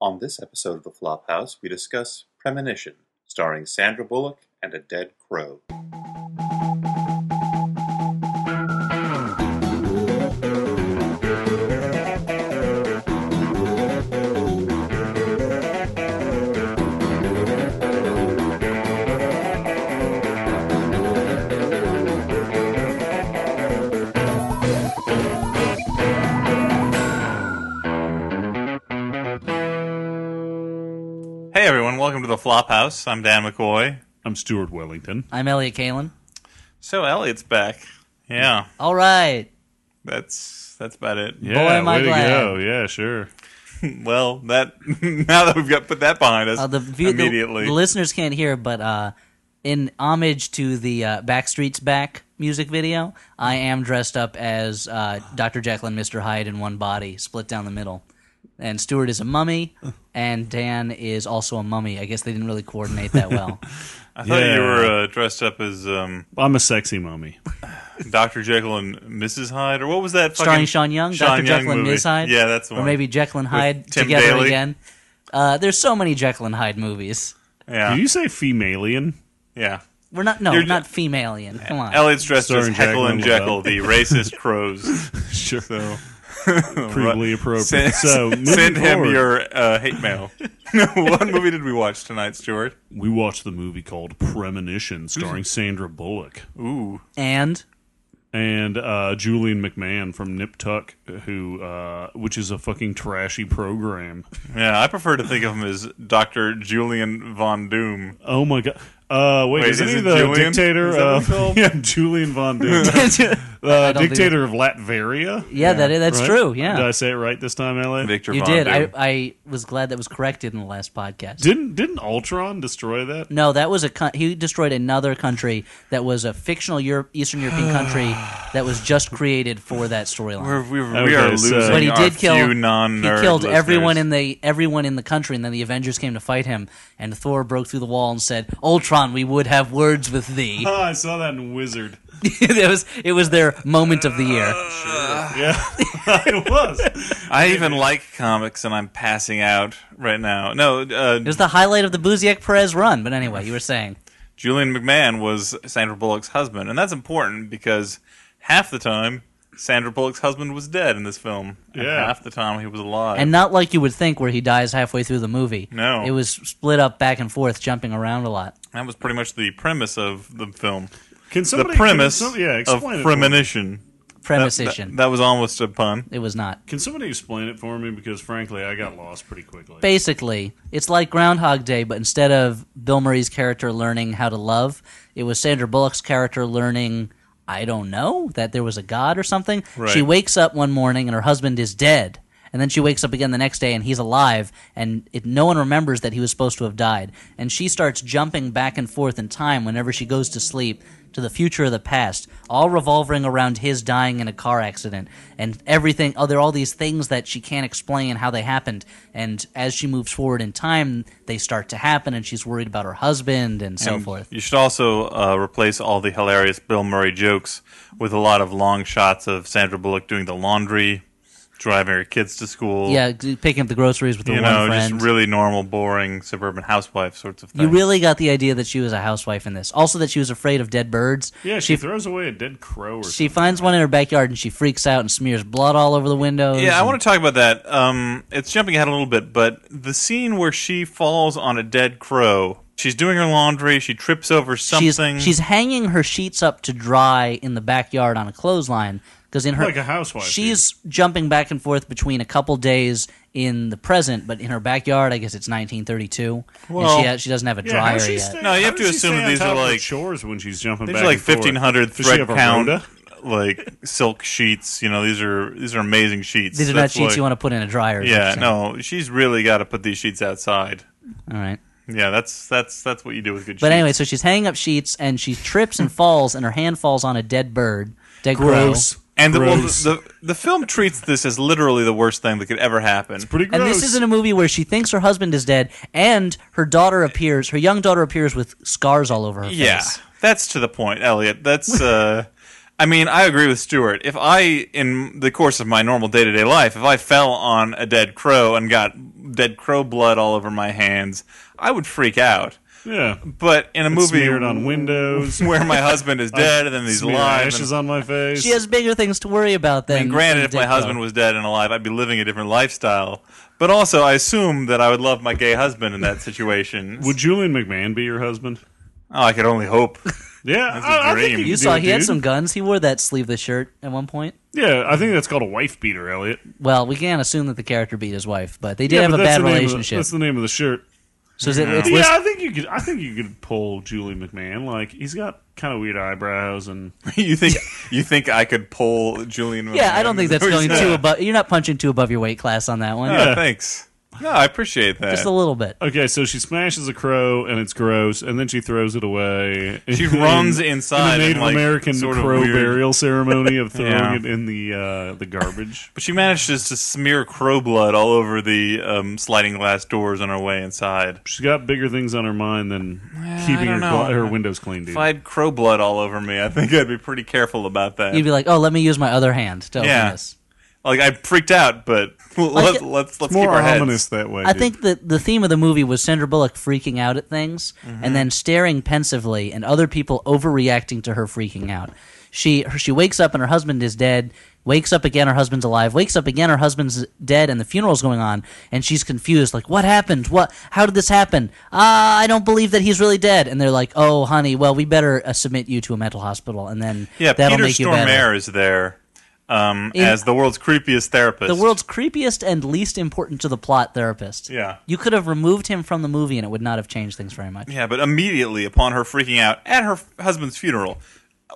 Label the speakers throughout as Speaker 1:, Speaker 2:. Speaker 1: On this episode of The Flophouse, we discuss Premonition, starring Sandra Bullock and a dead crow. Hey everyone, welcome to The Flophouse. I'm Dan McCoy.
Speaker 2: I'm Stuart Wellington.
Speaker 3: I'm Elliot Kalin.
Speaker 1: So Elliot's back. Yeah,
Speaker 3: All right.
Speaker 1: that's that's about it.
Speaker 2: Yeah,
Speaker 3: am I
Speaker 2: way
Speaker 3: glad.
Speaker 2: to go. Yeah, sure.
Speaker 1: Well, that now that we've got put that behind us
Speaker 3: Uh, the, view, the-
Speaker 1: immediately.
Speaker 3: the listeners can't hear, but uh, in homage to the uh, Backstreet's Back music video, I am dressed up as uh, Dr. Jekyll and Mr. Hyde in one body, split down the middle. And Stuart is a mummy, and Dan is also a mummy. I guess they didn't really coordinate that well.
Speaker 1: I thought
Speaker 2: Yeah.
Speaker 1: you were uh, dressed up as um,
Speaker 2: I'm a sexy mummy.
Speaker 1: Dr. Jekyll and Mrs. Hyde, or what was that?
Speaker 3: Starring
Speaker 1: fucking-
Speaker 3: Sean Young, Dr. Jekyll and
Speaker 1: movie?
Speaker 3: Ms. Hyde.
Speaker 1: Yeah, that's the
Speaker 3: Or
Speaker 1: one.
Speaker 3: maybe Jekyll and Hyde
Speaker 1: Tim
Speaker 3: together
Speaker 1: Daly.
Speaker 3: again. Uh, there's so many Jekyll and Hyde movies.
Speaker 1: yeah,
Speaker 2: Did you say femalian?
Speaker 1: yeah.
Speaker 3: We're not, no,
Speaker 1: You're-
Speaker 3: not female alien. Come on.
Speaker 1: Elliot's dressed
Speaker 2: Starring
Speaker 1: as Heckle
Speaker 2: Jekyll
Speaker 1: and
Speaker 2: and
Speaker 1: Jekyll,
Speaker 2: Levin.
Speaker 1: the racist crows.
Speaker 2: Sure.
Speaker 1: So
Speaker 2: Crudely appropriate.
Speaker 1: Send,
Speaker 2: so moving
Speaker 1: send him
Speaker 2: forward,
Speaker 1: your uh, hate mail. what movie did we watch tonight, Stuart?
Speaker 2: we watched the movie called Premonition, starring Sandra Bullock
Speaker 1: Ooh,
Speaker 3: and
Speaker 2: and uh, Julian McMahon from Nip Tuck, who, uh, which is a fucking trashy program.
Speaker 1: yeah. I prefer to think of him as Doctor Julian Von Doom.
Speaker 2: Oh my god. Uh, wait,
Speaker 1: Wait,
Speaker 2: isn't
Speaker 1: is
Speaker 2: he
Speaker 1: it
Speaker 2: the
Speaker 1: Julian?
Speaker 2: dictator
Speaker 1: Is that what he's
Speaker 2: of
Speaker 1: called?
Speaker 2: yeah, Julian Von Doom, uh,
Speaker 3: I don't think-
Speaker 2: dictator of Latveria?
Speaker 3: Yeah, that that's
Speaker 2: right?
Speaker 3: true. Yeah,
Speaker 2: Did I say it right this time, LA?
Speaker 1: Victor.
Speaker 3: you
Speaker 1: Von
Speaker 3: did. I,
Speaker 1: Doom.
Speaker 3: I was glad that was corrected in the last podcast.
Speaker 2: Didn't didn't Ultron destroy that?
Speaker 3: no, that was a con- he destroyed another country that was a fictional Europe, Eastern European country that was just created for that storyline.
Speaker 1: We're, we're,
Speaker 2: Okay,
Speaker 1: we are
Speaker 2: so-
Speaker 1: losing
Speaker 3: But he
Speaker 1: our
Speaker 3: did kill
Speaker 1: few
Speaker 3: he
Speaker 1: non-nerd
Speaker 3: killed everyone
Speaker 1: listeners.
Speaker 3: in the everyone in the country, and then the Avengers came to fight him. And Thor broke through the wall and said, "Ultron, we would have words with thee."
Speaker 2: Oh, I saw that in Wizard.
Speaker 3: it was it was their moment of the year.
Speaker 2: Yeah, it was.
Speaker 1: I even like comics, and I'm passing out right now. No, uh,
Speaker 3: It was the highlight of the Buziak Perez run. But anyway, you were saying
Speaker 1: Julian McMahon was Sandra Bullock's husband, and that's important because half the time Sandra Bullock's husband was dead in this film, and
Speaker 2: Yeah.
Speaker 1: half the time he was alive.
Speaker 3: and not like you would think where he dies halfway through the movie.
Speaker 1: No.
Speaker 3: It was split up back and forth, jumping around a lot.
Speaker 1: that was pretty much the premise of the film.
Speaker 2: Can
Speaker 1: The
Speaker 2: somebody
Speaker 1: premise
Speaker 2: Can, some- yeah,
Speaker 1: of
Speaker 2: explain it. for me.
Speaker 1: premonition. That,
Speaker 3: Premonition.
Speaker 1: that- that was almost a pun.
Speaker 3: it was not.
Speaker 2: Can somebody explain it for me? Because frankly, I got lost pretty quickly.
Speaker 3: Basically, it's like Groundhog Day, but instead of Bill Murray's character learning how to love, it was Sandra Bullock's character learning, I don't know, that there was a god or something.
Speaker 1: Right.
Speaker 3: She wakes up one morning and her husband is dead. And then she wakes up again the next day and he's alive, and it, no one remembers that he was supposed to have died. And she starts jumping back and forth in time whenever she goes to sleep to the future or the past, all revolving around his dying in a car accident and everything. Oh, there are all these things that she can't explain how they happened. And as she moves forward in time, they start to happen, and she's worried about her husband and so
Speaker 1: And
Speaker 3: forth.
Speaker 1: You should also uh, replace all the hilarious Bill Murray jokes with a lot of long shots of Sandra Bullock doing the laundry, driving her kids to school.
Speaker 3: Yeah, g- picking up the groceries with her
Speaker 1: you
Speaker 3: one
Speaker 1: know,
Speaker 3: friend.
Speaker 1: just really normal, boring suburban housewife sorts of things.
Speaker 3: you really got the idea that she was a housewife in this. Also, that she was afraid of dead birds.
Speaker 2: yeah, she throws away a dead crow. Or
Speaker 3: She finds one in her backyard and she freaks out and smears blood all over the windows.
Speaker 1: Yeah, I
Speaker 3: and-
Speaker 1: want to talk about that. Um, it's jumping ahead a little bit, but the scene where she falls on a dead crow, she's doing her laundry, she trips over
Speaker 3: She's
Speaker 1: something.
Speaker 3: she's hanging her sheets up to dry in the backyard on a clothesline because in her
Speaker 2: Like a housewife,
Speaker 3: she's jumping back and forth between a couple days in the present, but in her backyard, I guess it's 1932,
Speaker 1: Well-
Speaker 3: and she ha- she doesn't have a
Speaker 2: Yeah, how
Speaker 3: dryer
Speaker 2: does she
Speaker 3: yet.
Speaker 2: stay-
Speaker 1: No, you
Speaker 2: how
Speaker 1: have
Speaker 2: does
Speaker 1: to
Speaker 2: she
Speaker 1: assume
Speaker 2: stay
Speaker 1: that
Speaker 2: on
Speaker 1: these
Speaker 2: top
Speaker 1: are
Speaker 2: of her
Speaker 1: like-
Speaker 2: chores when she's jumping
Speaker 1: these
Speaker 2: back
Speaker 1: are like
Speaker 2: and forth.
Speaker 1: fifteen hundred
Speaker 2: Does she
Speaker 1: thread
Speaker 2: have a
Speaker 1: count
Speaker 2: rota?
Speaker 1: like silk sheets. You know, these are these are amazing sheets.
Speaker 3: These are not
Speaker 1: That's
Speaker 3: sheets
Speaker 1: like-
Speaker 3: you want to put in a dryer. is what
Speaker 1: Yeah,
Speaker 3: you're saying.
Speaker 1: no, she's really got to put these sheets outside.
Speaker 3: All right.
Speaker 1: Yeah, that's that's that's what you do with good.
Speaker 3: But
Speaker 1: sheets.
Speaker 3: anyway, so she's hanging up sheets and she trips and falls, and her hand falls on a dead bird. Dead
Speaker 2: Gross.
Speaker 3: crow.
Speaker 1: and the, well,
Speaker 2: Gross.
Speaker 1: the the film treats this as literally the worst thing that could ever happen.
Speaker 2: Pretty gross.
Speaker 3: And this isn't a movie where she thinks her husband is dead and her daughter appears, her young daughter appears with scars all over her
Speaker 1: Yeah,
Speaker 3: face.
Speaker 1: that's to the point, Elliot. That's uh, I mean, I agree with Stuart. If I, in the course of my normal day to day life, if I fell on a dead crow and got dead crow blood all over my hands, I would freak out.
Speaker 2: Yeah.
Speaker 1: But in a movie
Speaker 2: Smeared on windows.
Speaker 1: where my husband is dead and then he's
Speaker 2: smeared
Speaker 1: alive, and,
Speaker 2: Ashes on my face.
Speaker 3: She has bigger things to worry about than.
Speaker 1: and granted,
Speaker 3: than
Speaker 1: if my
Speaker 3: Ditko.
Speaker 1: husband was dead and alive, I'd be living a different lifestyle. But also, I assume that I would love my gay husband in that situation.
Speaker 2: Would Julian McMahon be your husband?
Speaker 1: oh, I could only hope.
Speaker 2: Yeah,
Speaker 1: That's a
Speaker 2: I, I
Speaker 1: dream.
Speaker 2: think you
Speaker 3: you
Speaker 2: could
Speaker 3: saw
Speaker 2: do it,
Speaker 3: he had
Speaker 2: dude.
Speaker 3: some guns. He wore that sleeveless shirt at one point.
Speaker 2: Yeah, I think that's called a wife beater, Elliot.
Speaker 3: Well, we can't assume that the character beat his wife, but they did
Speaker 2: yeah,
Speaker 3: have
Speaker 2: but
Speaker 3: a
Speaker 2: that's
Speaker 3: bad
Speaker 2: the name of the-
Speaker 3: relationship.
Speaker 2: that's the name of the shirt.
Speaker 3: So is it, it's
Speaker 2: Yeah,
Speaker 3: list-
Speaker 2: I think you could. I think you could pull Julie McMahon. Like he's got kind of weird eyebrows, and
Speaker 1: you think you think I could pull Julian?
Speaker 3: yeah, I
Speaker 1: Moran?
Speaker 3: don't think that's
Speaker 1: Is that what
Speaker 3: going
Speaker 1: you
Speaker 3: too
Speaker 1: said?
Speaker 3: above. You're not punching too above your weight class on that one.
Speaker 1: Yeah, thanks. No, I appreciate that.
Speaker 3: Just a little bit.
Speaker 2: okay, so she smashes a crow, and it's gross, and then she throws it away.
Speaker 1: She
Speaker 2: In-
Speaker 1: runs
Speaker 2: in
Speaker 1: inside
Speaker 2: the
Speaker 1: and,
Speaker 2: Native
Speaker 1: like,
Speaker 2: American
Speaker 1: sort of
Speaker 2: crow
Speaker 1: weird-
Speaker 2: burial ceremony of throwing
Speaker 1: Yeah.
Speaker 2: it in the uh, the garbage.
Speaker 1: But she manages to smear crow blood all over the um, sliding glass doors on her way inside.
Speaker 2: She's got bigger things on her mind than
Speaker 1: I
Speaker 2: keeping her
Speaker 1: don't know.
Speaker 2: gla- her windows clean, dude.
Speaker 1: If I had crow blood all over me, I think I'd be pretty careful about that.
Speaker 3: You'd be like, oh, let me use my other hand to open
Speaker 1: Yeah.
Speaker 3: this.
Speaker 1: like I freaked out, but let's let's, let's keep
Speaker 2: More
Speaker 1: our heads.
Speaker 2: ominous that way.
Speaker 3: I
Speaker 2: dude.
Speaker 3: think that the theme of the movie was Sandra Bullock freaking out at things
Speaker 1: Mm-hmm.
Speaker 3: and then staring pensively and other people overreacting to her freaking out. She her, she wakes up and her husband is dead. Wakes up again, her husband's alive. Wakes up again, her husband's dead, and the funeral's going on. And she's confused, like, "What happened? What? How did this happen? Ah, I don't believe that he's really dead." And they're like, "Oh, honey, well, we better uh, submit you to a mental hospital, and then
Speaker 1: Yeah,
Speaker 3: that'll
Speaker 1: Peter
Speaker 3: make you better."
Speaker 1: Stormare is there um,
Speaker 3: In-
Speaker 1: as the world's creepiest therapist.
Speaker 3: the world's creepiest and least important to the plot therapist.
Speaker 1: Yeah.
Speaker 3: You could have removed him from the movie and it would not have changed things very much.
Speaker 1: Yeah, but immediately upon her freaking out at her f- husband's funeral,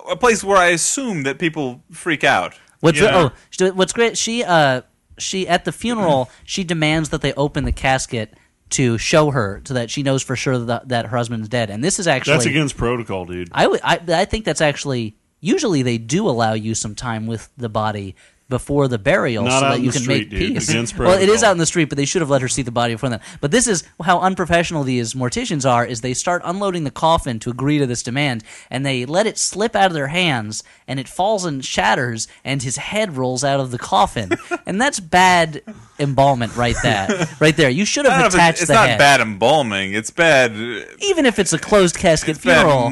Speaker 1: a place where I assume that people freak out.
Speaker 3: What's
Speaker 2: Yeah.
Speaker 3: oh, she- what's great? She uh, she at the funeral, she demands that they open the casket to show her so that she knows for sure that, that her husband's dead. And this is actually
Speaker 2: that's against protocol, dude.
Speaker 3: I would- I- I think that's actually usually they do allow you some time with the body before the burial
Speaker 2: Not
Speaker 3: so
Speaker 2: out
Speaker 3: that
Speaker 2: in
Speaker 3: you
Speaker 2: the
Speaker 3: can
Speaker 2: street,
Speaker 3: make
Speaker 2: dude.
Speaker 3: peace.
Speaker 2: Against
Speaker 3: well, it is
Speaker 2: protocol.
Speaker 3: out in the street, but they should have let her see the body before then. But this is how unprofessional these morticians are is they start unloading the coffin to agree to this demand and they let it slip out of their hands and it falls and shatters and his head rolls out of the coffin. and that's bad embalmment right that right there. You should
Speaker 1: I
Speaker 3: have
Speaker 1: don't know if
Speaker 3: attached
Speaker 1: it's, it's
Speaker 3: the
Speaker 1: not
Speaker 3: head.
Speaker 1: bad embalming. It's bad. It's
Speaker 3: Even if it's a closed casket
Speaker 1: bad
Speaker 3: funeral.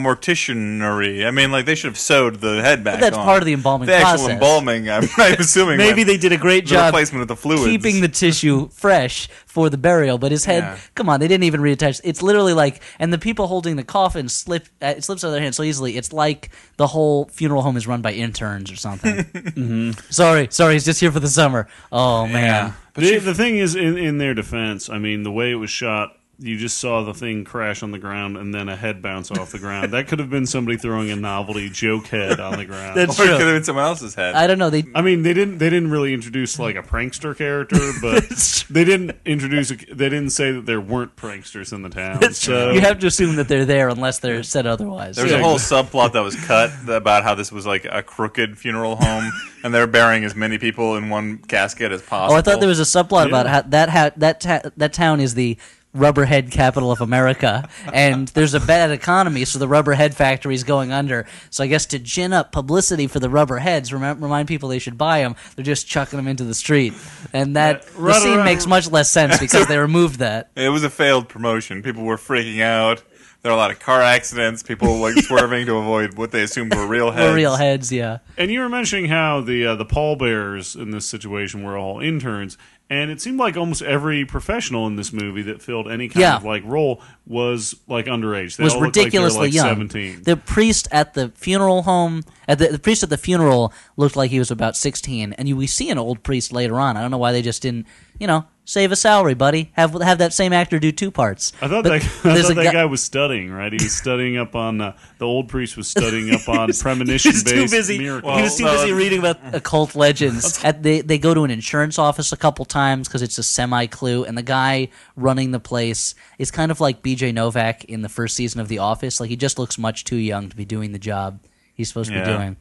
Speaker 1: morticianery. I mean, like they should have sewed the head back.
Speaker 3: that's
Speaker 1: on.
Speaker 3: part of the embalming
Speaker 1: The actual
Speaker 3: process.
Speaker 1: embalming. I'm, I'm assuming
Speaker 3: Maybe
Speaker 1: went
Speaker 3: they did a great
Speaker 1: the
Speaker 3: job
Speaker 1: replacement of the fluids.
Speaker 3: keeping the tissue fresh for the burial, but his head.
Speaker 1: Yeah.
Speaker 3: Come on, they didn't even reattach. It's literally like, and the people holding the coffin slip. Uh, it slips out of their hand so easily. It's like the whole funeral home is run by interns or something. mm-hmm. Sorry, sorry, he's just here for the summer. Oh man,
Speaker 2: the, the thing is, in, in their defense, I mean, the way it was shot, you just saw the thing crash on the ground and then a head bounce off the ground. That could have been somebody throwing a novelty joke head on the ground.
Speaker 3: That's-
Speaker 1: Or it
Speaker 3: True.
Speaker 1: could have been someone else's head.
Speaker 3: I don't know. They
Speaker 2: I mean, they didn't they didn't really introduce like a prankster character, but they didn't introduce a, they didn't say that there weren't pranksters in the town. so
Speaker 3: you have to assume that they're there unless they're said otherwise.
Speaker 1: There was a whole subplot that was cut about how this was like a crooked funeral home, and they're burying as many people in one casket as possible.
Speaker 3: Oh, I thought there was a subplot about
Speaker 2: Yeah.
Speaker 3: how that ha- that ta- that town is the rubberhead capital of America, and there's a bad economy, so the rubberhead factory is going under. So I guess to gin up publicity for the rubberheads, rem- remind people they should buy them. They're just chucking them into the street, and that
Speaker 2: Yeah, right
Speaker 3: the scene
Speaker 2: around-
Speaker 3: makes much less sense because they removed that.
Speaker 1: It was a failed promotion. People were freaking out. There were a lot of car accidents. People like swerving to avoid what they assumed were real heads.
Speaker 3: Or real heads, yeah.
Speaker 2: And you were mentioning how the uh, the pallbearers in this situation were all interns, and it seemed like almost every professional in this movie that filled any kind
Speaker 3: Yeah.
Speaker 2: of like role was like underage. They
Speaker 3: was
Speaker 2: all looked like they were,
Speaker 3: ridiculously
Speaker 2: like,
Speaker 3: young.
Speaker 2: Seventeen.
Speaker 3: The priest at the funeral home, at the, the priest at the funeral looked like he was about sixteen, and you, we see an old priest later on. I don't know why they just didn't, you know, save a salary, buddy. Have have that same actor do two parts.
Speaker 2: I thought
Speaker 3: But
Speaker 2: that, I
Speaker 3: there's
Speaker 2: thought
Speaker 3: a
Speaker 2: that
Speaker 3: guy-
Speaker 2: guy was studying, right? He was studying up on uh, the old priest was studying up on premonition
Speaker 3: He was too
Speaker 2: based
Speaker 3: busy.
Speaker 2: miracles.
Speaker 3: he was too
Speaker 1: Well,
Speaker 3: busy
Speaker 1: no,
Speaker 3: reading about occult legends. At they they go to an insurance office a couple times because it's a semi clue, and the guy running the place is kind of like B.J. Novak in the first season of The Office. Like he just looks much too young to be doing the job he's supposed to
Speaker 1: Yeah.
Speaker 3: be doing.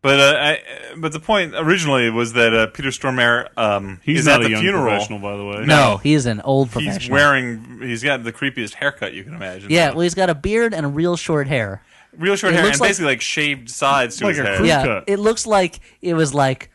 Speaker 1: But uh, I, but the point originally was that uh, Peter Stormare um,
Speaker 2: He's
Speaker 1: is
Speaker 2: not
Speaker 1: at
Speaker 2: a
Speaker 1: the
Speaker 2: young
Speaker 1: funeral.
Speaker 2: professional, by the way.
Speaker 1: No.
Speaker 3: he is an old professional.
Speaker 1: He's wearing. He's got the creepiest haircut you can imagine.
Speaker 3: yeah, well, he's got a beard and a real short hair.
Speaker 1: real short
Speaker 3: it
Speaker 1: hair
Speaker 3: looks
Speaker 1: and
Speaker 3: like-
Speaker 1: basically like shaved sides to
Speaker 2: Like
Speaker 1: his
Speaker 2: a
Speaker 1: head.
Speaker 2: creep.
Speaker 3: Yeah,
Speaker 2: cut.
Speaker 3: it looks like it was like,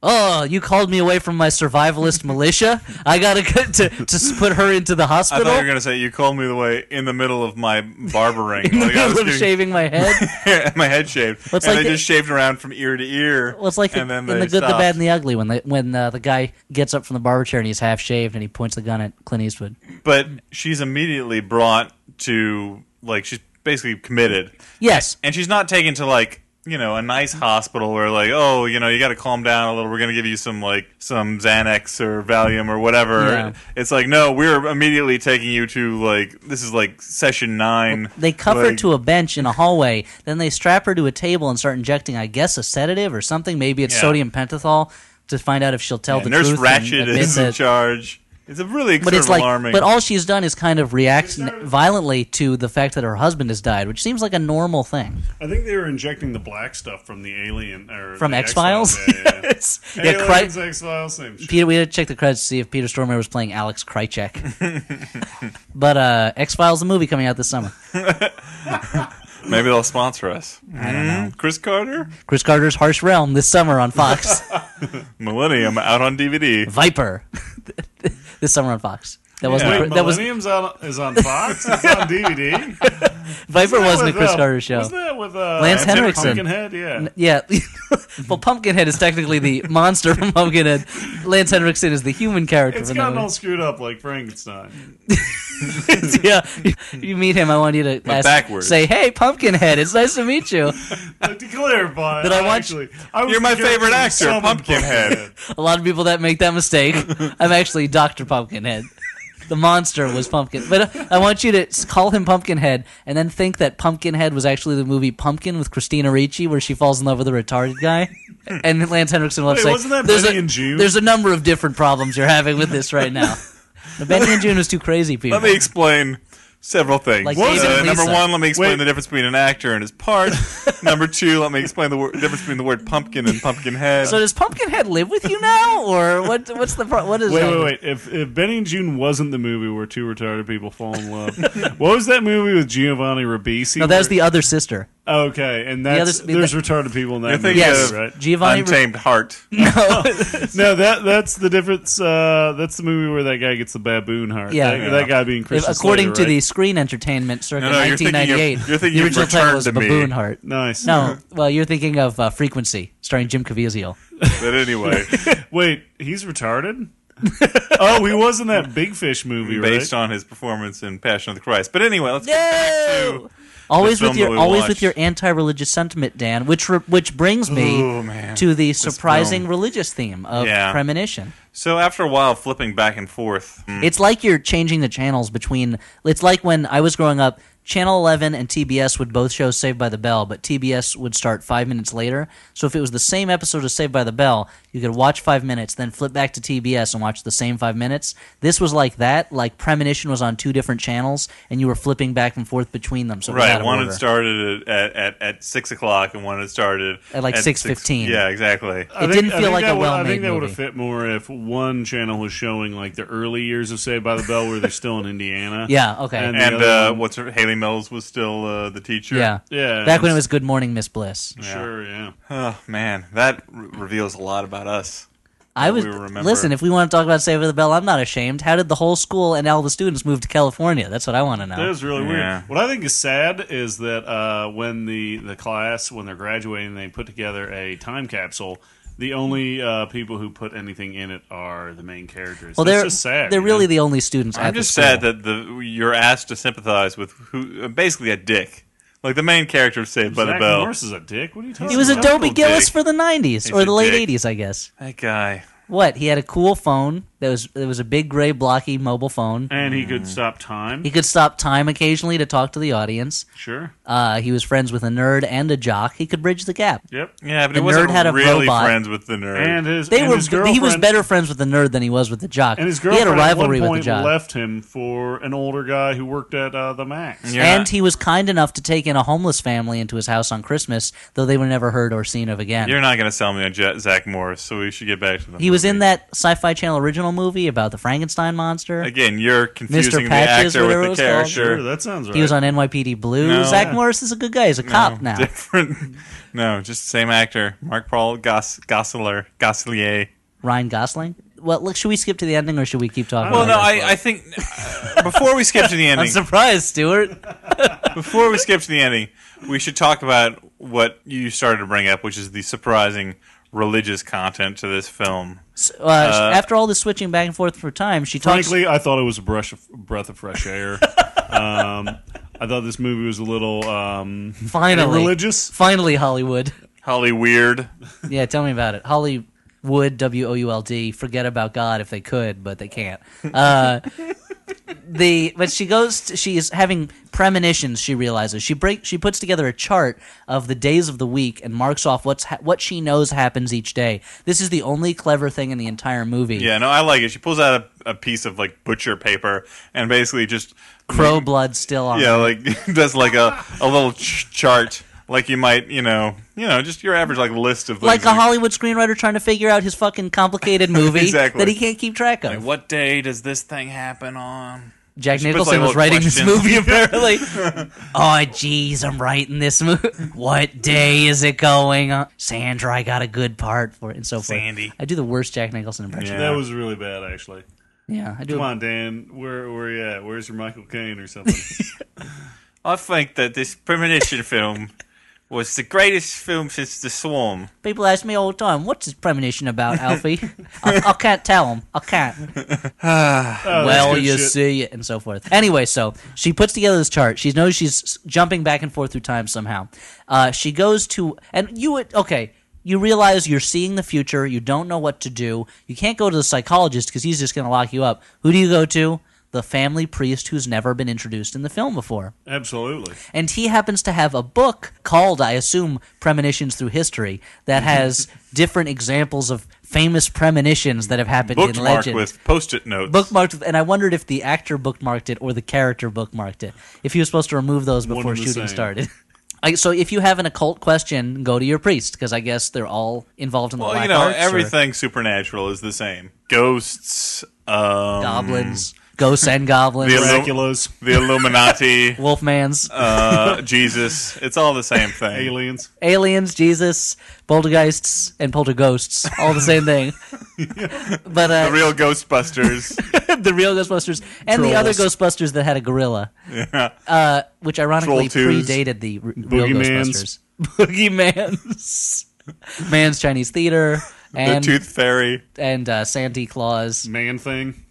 Speaker 3: oh, you called me away from my survivalist militia. I gotta get to to s- put her into the
Speaker 1: I
Speaker 3: hospital.
Speaker 1: thought you were gonna say you called me the way in the middle of my barbering,
Speaker 3: in the
Speaker 1: Like, I was
Speaker 3: middle of
Speaker 1: getting
Speaker 3: shaving my head.
Speaker 1: my head shaved,
Speaker 3: Well, it's
Speaker 1: and
Speaker 3: like
Speaker 1: they
Speaker 3: the-
Speaker 1: just shaved around from ear to ear.
Speaker 3: Well, it's like
Speaker 1: and
Speaker 3: the, in
Speaker 1: then
Speaker 3: the
Speaker 1: they
Speaker 3: Good, the
Speaker 1: stopped.
Speaker 3: Bad, and the Ugly when the, when uh, the guy gets up from the barber chair and he's half shaved and he points the gun at Clint Eastwood.
Speaker 1: But she's immediately brought to like she's basically committed,
Speaker 3: Yes,
Speaker 1: and she's not taken to like you know a nice hospital where like oh you know you got to calm down a little. We're gonna give you some like some Xanax or Valium or whatever.
Speaker 3: Yeah.
Speaker 1: It's like no, we're immediately taking you to like this is like session nine.
Speaker 3: They cuff her
Speaker 1: like,
Speaker 3: to a bench in a hallway, then they strap her to a table and start injecting, I guess, a sedative or something. Maybe it's
Speaker 1: Yeah.
Speaker 3: sodium pentothal to find out if she'll tell the
Speaker 1: Nurse
Speaker 3: truth. and
Speaker 1: Ratchet
Speaker 3: admit
Speaker 1: is in
Speaker 3: that-
Speaker 1: charge. It's a really
Speaker 3: but
Speaker 1: sort
Speaker 3: it's
Speaker 1: of
Speaker 3: like,
Speaker 1: alarming.
Speaker 3: but all she's done is kind of react n- violently to the fact that her husband has died, which seems like a normal thing
Speaker 2: I think they were injecting the black stuff from the Alien or
Speaker 3: from
Speaker 2: the
Speaker 3: X Files.
Speaker 2: X-Files, Yeah, yeah, yeah.
Speaker 3: yes, yeah,
Speaker 2: Aliens,
Speaker 3: Kri-
Speaker 2: X Files, same shit.
Speaker 3: Peter, we had to check the credits to see if Peter Stormare was playing Alex Krychek. but uh, X Files, the movie coming out this summer.
Speaker 1: Maybe they'll sponsor us. I don't know. Chris Carter,
Speaker 3: Chris Carter's Harsh Realm this summer on Fox.
Speaker 1: Millennium out on DVD.
Speaker 3: Viper this summer on Fox. That wasn't
Speaker 1: Yeah.
Speaker 3: a,
Speaker 2: Wait,
Speaker 3: Chri- that was
Speaker 2: Millennium's on, is on Fox. it's on DVD.
Speaker 3: Viper wasn't a
Speaker 2: With,
Speaker 3: Chris
Speaker 2: uh,
Speaker 3: Carter show.
Speaker 2: Wasn't that with uh,
Speaker 3: Lance
Speaker 2: Jim
Speaker 1: Henriksen.
Speaker 2: Pumpkinhead? Yeah.
Speaker 3: yeah, well, Pumpkinhead is technically the monster from Pumpkinhead. Lance Henriksen is the human character.
Speaker 2: It's
Speaker 3: from that
Speaker 2: gotten all screwed up like Frankenstein.
Speaker 3: movie. yeah, you meet him. I want you to ask,
Speaker 1: backwards.
Speaker 3: say, "Hey, Pumpkinhead, it's nice to meet you."
Speaker 2: But to clarify,
Speaker 3: Did I watch-
Speaker 2: actually, I was
Speaker 1: You're my
Speaker 2: the character
Speaker 1: favorite
Speaker 2: who
Speaker 1: actor,
Speaker 2: summoned
Speaker 1: Pumpkinhead.
Speaker 3: A lot of people that make that mistake. I'm actually Doctor Pumpkinhead. The monster was Pumpkin, but uh, I want you to s- call him Pumpkinhead, and then think that Pumpkinhead was actually the movie Pumpkin with Christina Ricci, where she falls in love with a retarded guy. And Lance Henriksen will
Speaker 2: Wait,
Speaker 3: say,
Speaker 2: wasn't that
Speaker 3: there's
Speaker 2: Benny
Speaker 3: a,
Speaker 2: and June?
Speaker 3: There's a number of different problems you're having with this right now." The Benny and June was too crazy, people.
Speaker 1: Let me explain several things.
Speaker 3: Like
Speaker 1: Uh,
Speaker 3: David
Speaker 1: number
Speaker 3: Lisa.
Speaker 1: one, let me explain
Speaker 2: Wait.
Speaker 1: the difference between an actor and his part. number two, let me explain the wor- difference between the word pumpkin and pumpkin head.
Speaker 3: So does Pumpkinhead live with you now, or what? What's the pro- what is?
Speaker 2: Wait,
Speaker 3: that?
Speaker 2: wait, wait. If, if Benny and June wasn't the movie where two retarded people fall in love, what was that movie with Giovanni Ribisi?
Speaker 3: No, that was
Speaker 2: where-
Speaker 3: the other sister.
Speaker 2: Okay, and that's
Speaker 3: other-
Speaker 2: there's retarded people in that
Speaker 1: You're
Speaker 2: movie,
Speaker 1: thinking
Speaker 3: Yes,
Speaker 1: of-
Speaker 2: right?
Speaker 3: Giovanni.
Speaker 1: Untamed heart.
Speaker 3: no,
Speaker 2: No, that that's the difference. Uh, that's the movie where that guy gets the baboon heart.
Speaker 3: Yeah.
Speaker 2: that, that guy being Christian.
Speaker 3: according to
Speaker 2: Slater,
Speaker 3: the
Speaker 2: right?
Speaker 3: Screen Entertainment circa
Speaker 1: No, no, you're thinking of-
Speaker 3: 1998.
Speaker 1: you're thinking
Speaker 3: the
Speaker 1: of
Speaker 3: original
Speaker 1: Return
Speaker 3: title was
Speaker 1: to Me.
Speaker 3: Baboon Heart.
Speaker 2: nice.
Speaker 3: No, well, you're thinking of uh, Frequency, starring Jim Caviezel.
Speaker 1: But anyway,
Speaker 2: wait, he's retarded. oh, he was in that Big Fish movie,
Speaker 1: based
Speaker 2: right?
Speaker 1: on his performance in Passion of the Christ. But anyway, let's get
Speaker 3: No. Always
Speaker 1: the
Speaker 3: with
Speaker 1: film that
Speaker 3: your
Speaker 1: we
Speaker 3: always
Speaker 1: watched.
Speaker 3: with your anti-religious sentiment, Dan. Which re- which brings me
Speaker 1: Ooh, man.
Speaker 3: to the surprising
Speaker 1: film.
Speaker 3: religious theme of
Speaker 1: Yeah.
Speaker 3: premonition.
Speaker 1: So after a while, flipping back and forth, mm,
Speaker 3: It's like you're changing the channels between. It's like when I was growing up, Channel 11 and TBS would both show Saved by the Bell, but TBS would start five minutes later. So if it was the same episode of Saved by the Bell, you could watch five minutes, then flip back to TBS and watch the same five minutes. This was like that. Like Premonition was on two different channels, and you were flipping back and forth between them. So it was out
Speaker 1: right,
Speaker 3: of
Speaker 1: one
Speaker 3: order.
Speaker 1: had started at, at, at six o'clock, and one had started
Speaker 3: At, like, Uh, 6:15.
Speaker 1: Yeah, exactly.
Speaker 2: I
Speaker 3: It
Speaker 2: think- I
Speaker 3: didn't feel
Speaker 2: think
Speaker 3: like
Speaker 2: that
Speaker 3: a
Speaker 2: would- I
Speaker 3: well-made
Speaker 2: think that would
Speaker 3: movie.
Speaker 2: have fit more if one channel was showing like the early years of Saved by the Bell, where they're still in Indiana.
Speaker 3: Yeah, okay.
Speaker 2: And, the
Speaker 1: and
Speaker 2: other
Speaker 1: uh,
Speaker 2: one-
Speaker 1: what's her, Haley Mills was still uh, the teacher.
Speaker 3: yeah,
Speaker 2: Yeah,
Speaker 3: Back
Speaker 2: it's-
Speaker 3: when it was Good Morning Miss Bliss.
Speaker 2: sure, yeah.
Speaker 1: Oh man, that r- reveals a lot about us.
Speaker 3: I was
Speaker 1: we remember.
Speaker 3: listen. If we want to talk about Save the Bell, I'm not ashamed. How did the whole school and all the students move to California? That's what I want to know.
Speaker 2: That is really
Speaker 1: Yeah.
Speaker 2: weird. What I think is sad is that uh, when the, the class, when they're graduating, they put together a time capsule. The only uh, people who put anything in it are the main characters.
Speaker 3: well,
Speaker 2: That's
Speaker 3: they're
Speaker 2: just sad.
Speaker 3: they're
Speaker 2: you
Speaker 3: really
Speaker 2: know?
Speaker 3: the only students.
Speaker 1: I'm
Speaker 3: at the
Speaker 1: just
Speaker 3: school.
Speaker 1: sad that the you're asked to sympathize with who uh, basically a dick, like the main character of Saved by the
Speaker 2: Zach
Speaker 1: Bell.
Speaker 2: Morris is a dick. What are you talking?
Speaker 3: He was
Speaker 2: about?
Speaker 3: Adobe
Speaker 1: Uncle
Speaker 3: Gillis
Speaker 1: Dick.
Speaker 3: for the '90s
Speaker 1: He's
Speaker 3: or
Speaker 1: a
Speaker 3: the late
Speaker 1: dick.
Speaker 3: '80s, I guess.
Speaker 1: That guy.
Speaker 3: What? He had a cool phone that was it was a big gray blocky mobile phone.
Speaker 2: And he could stop time.
Speaker 3: Mm. He could stop time occasionally to talk to the audience.
Speaker 2: Sure.
Speaker 3: Uh, he was friends with a nerd and a jock. He could bridge the gap.
Speaker 2: Yep.
Speaker 1: Yeah, but he
Speaker 3: The
Speaker 1: wasn't
Speaker 3: nerd had a
Speaker 1: really
Speaker 3: robot.
Speaker 1: friends with the nerd.
Speaker 2: And his
Speaker 3: They
Speaker 2: and
Speaker 3: were.
Speaker 2: his girlfriend,
Speaker 3: He was better friends with the nerd than he was with the jock.
Speaker 2: And his
Speaker 3: he had
Speaker 2: girlfriend
Speaker 3: a rivalry
Speaker 2: at one
Speaker 3: with
Speaker 2: point
Speaker 3: the jock.
Speaker 2: left him for an older guy who worked at uh, the Max.
Speaker 1: Yeah.
Speaker 3: And he was kind enough to take in a homeless family into his house on Christmas, though they were never heard or seen of again.
Speaker 1: You're not going to sell me on Ja- Zach Morris, so we should get back to the
Speaker 3: he was
Speaker 1: movie.
Speaker 3: in that Sci-Fi Channel original movie about the Frankenstein monster.
Speaker 1: Again, you're confusing the
Speaker 3: Patches,
Speaker 1: actor
Speaker 3: whatever it
Speaker 1: with the
Speaker 3: was called.
Speaker 1: character.
Speaker 2: Sure, that sounds right.
Speaker 3: He was on NYPD Blue.
Speaker 1: No.
Speaker 3: Zach
Speaker 1: Yeah.
Speaker 3: Morris is a good guy. He's a cop now.
Speaker 1: Different. No, just the same actor. Mark Paul Goss, Gosselaar. Gosselier.
Speaker 3: Ryan Gosling. Well, look, should we skip to the ending or should we keep talking?
Speaker 1: Well, no,
Speaker 3: about this?
Speaker 1: I, I think uh, before we skip to the
Speaker 3: I'm
Speaker 1: ending,
Speaker 3: surprised, Stuart.
Speaker 1: before we skip to the ending, we should talk about what you started to bring up, which is the surprising religious content to this film.
Speaker 3: S- uh, after all this switching back and forth for time, she talks.
Speaker 2: Frankly, I thought it was a brush of, breath of fresh air. um, I thought this movie was a little um,
Speaker 3: Finally,
Speaker 2: religious.
Speaker 3: Finally, Hollywood.
Speaker 1: Holly Weird.
Speaker 3: Yeah, tell me about it. Hollywood, W O U L D. Forget about God if they could, but they can't. Uh, the but she goes. To, she is having premonitions. She realizes she break. She puts together a chart of the days of the week and marks off what's ha- what she knows happens each day. This is the only clever thing in the entire movie.
Speaker 1: Yeah, no, I like it. She pulls out a, a piece of like butcher paper and basically just
Speaker 3: Crow blood still on.
Speaker 1: Yeah, like does like a, a little ch- chart, like you might, you know, you know, just your average like list of
Speaker 3: Like
Speaker 1: things.
Speaker 3: a Hollywood screenwriter trying to figure out his fucking complicated movie
Speaker 1: Exactly.
Speaker 3: that he can't keep track of.
Speaker 1: Like, what day does this thing happen on?
Speaker 3: Jack
Speaker 1: puts,
Speaker 3: Nicholson
Speaker 1: like,
Speaker 3: was
Speaker 1: little
Speaker 3: writing
Speaker 1: questions.
Speaker 3: this movie apparently. oh jeez, I'm writing this movie. What day is it going on? Sandra, I got a good part for it, and so forth.
Speaker 1: Sandy.
Speaker 3: I do the worst Jack Nicholson impression.
Speaker 2: That was really bad, actually.
Speaker 3: Yeah, I do.
Speaker 2: Come on, Dan. Where where you at? Where's your Michael Caine or something?
Speaker 1: I think that this premonition film was the greatest film since The Swarm.
Speaker 3: People ask me all the time, "What's this premonition about, Alfie?" I, I can't tell them. I can't.
Speaker 2: Oh, that's
Speaker 3: well,
Speaker 2: good
Speaker 3: you
Speaker 2: shit.
Speaker 3: see, and so forth. Anyway, so she puts together this chart. She knows she's s- jumping back and forth through time somehow. Uh, she goes to, and you would, okay, you realize you're seeing the future. You don't know what to do. You can't go to the psychologist because he's just going to lock you up. Who do you go to? The family priest who's never been introduced in the film before
Speaker 2: Absolutely.
Speaker 3: and he happens to have a book called, I assume, Premonitions Through History that has different examples of famous premonitions that have happened in
Speaker 1: Bookmark
Speaker 3: legend.
Speaker 1: with post-it notes.
Speaker 3: bookmarked, with- and I wondered if the actor bookmarked it or the character bookmarked it. If he was supposed to remove those before
Speaker 2: and the
Speaker 3: shooting
Speaker 2: same.
Speaker 3: started. I, so if you have an occult question, go to your priest because I guess they're all involved in the
Speaker 1: well,
Speaker 3: black
Speaker 1: you know,
Speaker 3: arts or
Speaker 1: everything supernatural is the same. Ghosts, um,
Speaker 3: goblins, ghosts and goblins,
Speaker 1: The-
Speaker 2: Dracula's
Speaker 1: the Illuminati,
Speaker 3: wolfmans,
Speaker 1: uh, Jesus. It's all the same thing.
Speaker 2: aliens.
Speaker 3: aliens, Jesus, poltergeists, and polterghosts, all the same thing. But uh,
Speaker 1: The real Ghostbusters.
Speaker 3: the real Ghostbusters and the other
Speaker 2: Trolls.
Speaker 3: Ghostbusters that had a gorilla, uh, which ironically
Speaker 1: Troll twos.
Speaker 3: predated the r- real
Speaker 2: Boogeymans.
Speaker 3: Ghostbusters. Boogeymans, Man's Chinese Theater,
Speaker 1: the
Speaker 3: and
Speaker 1: Tooth Fairy.
Speaker 3: and uh, Santa Claus
Speaker 2: Man thing.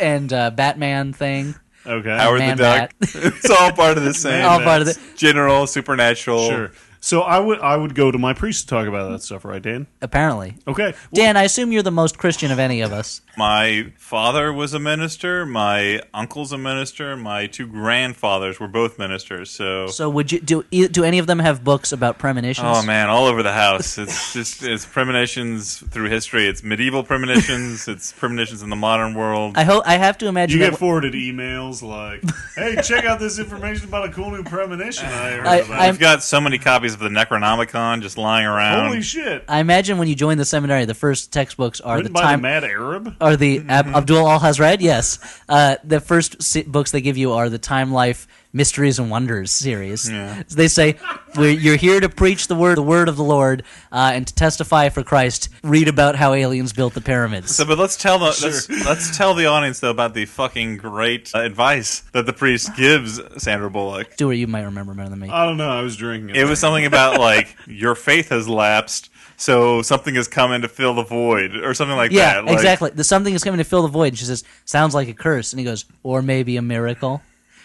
Speaker 3: and uh, Batman thing.
Speaker 2: Okay.
Speaker 1: Howard
Speaker 3: Man
Speaker 1: the Duck. it's all part of the same.
Speaker 3: All part of it.
Speaker 1: General, supernatural.
Speaker 2: Sure. So I would I would go to my priest to talk about that stuff, right, Dan?
Speaker 3: Apparently,
Speaker 2: Okay.
Speaker 3: Dan, I assume you're the most Christian of any of us.
Speaker 1: My father was a minister. My uncle's a minister. My two grandfathers were both ministers. So,
Speaker 3: So, would you do? e- Do any of them have books about premonitions?
Speaker 1: oh man, all over the house. It's just it's premonitions through history. It's medieval premonitions. it's premonitions in the modern world.
Speaker 3: I hope I have to
Speaker 2: You
Speaker 3: imagine that
Speaker 2: get forwarded emails like, "Hey, check out this information about a cool new premonition I heard
Speaker 3: I-
Speaker 2: about."
Speaker 1: I've got so many copies of the Necronomicon just lying around.
Speaker 2: Holy shit!
Speaker 3: I imagine when you join the seminary, the first textbooks are
Speaker 2: Written
Speaker 3: uh, the
Speaker 2: by
Speaker 3: time
Speaker 2: the Mad Arab.
Speaker 3: are the
Speaker 1: Mm-hmm.
Speaker 3: Ab- Abdul Al Hazred. Yes, uh, the first si- books they give you are the Time Life Mysteries and Wonders series. So they say We're, you're here to preach the word, the word of the Lord, uh, and to testify for Christ. Read about how aliens built the pyramids.
Speaker 1: So, but let's tell the let's, let's tell the audience though about the fucking great uh, advice that the priest gives Sandra Bullock.
Speaker 3: Stuart, you might remember better than
Speaker 1: Oh,
Speaker 3: me.
Speaker 2: I don't know. I was drinking.
Speaker 1: It was something about like your faith has lapsed, so something has come in to fill the void, or something like
Speaker 3: yeah,
Speaker 1: that. Like,
Speaker 3: exactly. The, something is coming to fill the void. And she says, "Sounds like a curse," and he goes, "Or maybe a miracle."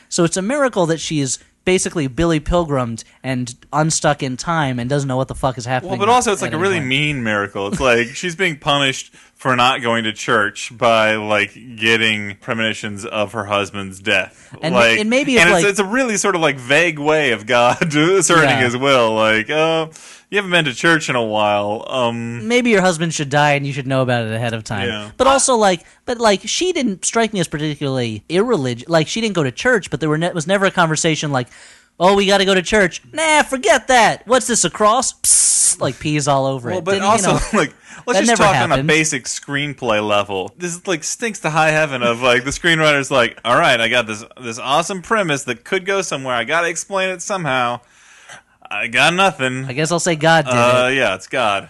Speaker 3: So it's a miracle that she is basically Billy Pilgrimed and unstuck in time and doesn't know what the fuck is happening.
Speaker 1: Well, but also it's
Speaker 3: at
Speaker 1: like a
Speaker 3: any
Speaker 1: really
Speaker 3: point.
Speaker 1: mean miracle. It's like she's being punished for not going to church by like getting premonitions of her husband's death.
Speaker 3: And
Speaker 1: like,
Speaker 3: it may be if,
Speaker 1: and it's,
Speaker 3: like-
Speaker 1: it's a really sort of like vague way of God asserting
Speaker 3: Yeah.
Speaker 1: His will. Like, uh, you haven't been to church in a while. Um,
Speaker 3: maybe your husband should die and you should know about it ahead of time.
Speaker 1: Yeah.
Speaker 3: But also like but like she didn't strike me as particularly irreligious. Like she didn't go to church, but there were ne- was never a conversation like Oh, we got to go to church. Nah, forget that. What's this a cross? Psst, like peas all over
Speaker 1: Well,
Speaker 3: it.
Speaker 1: but
Speaker 3: Didn't- you
Speaker 1: also,
Speaker 3: know.
Speaker 1: like, let's
Speaker 3: that
Speaker 1: just
Speaker 3: never
Speaker 1: talk on a
Speaker 3: happened.
Speaker 1: basic screenplay level. This like stinks to high heaven of like the screenwriter's like, all right, I got this this awesome premise that could go somewhere. I got to explain it somehow. I got nothing.
Speaker 3: I guess I'll say God did
Speaker 1: uh,
Speaker 3: it.
Speaker 1: yeah, it's God.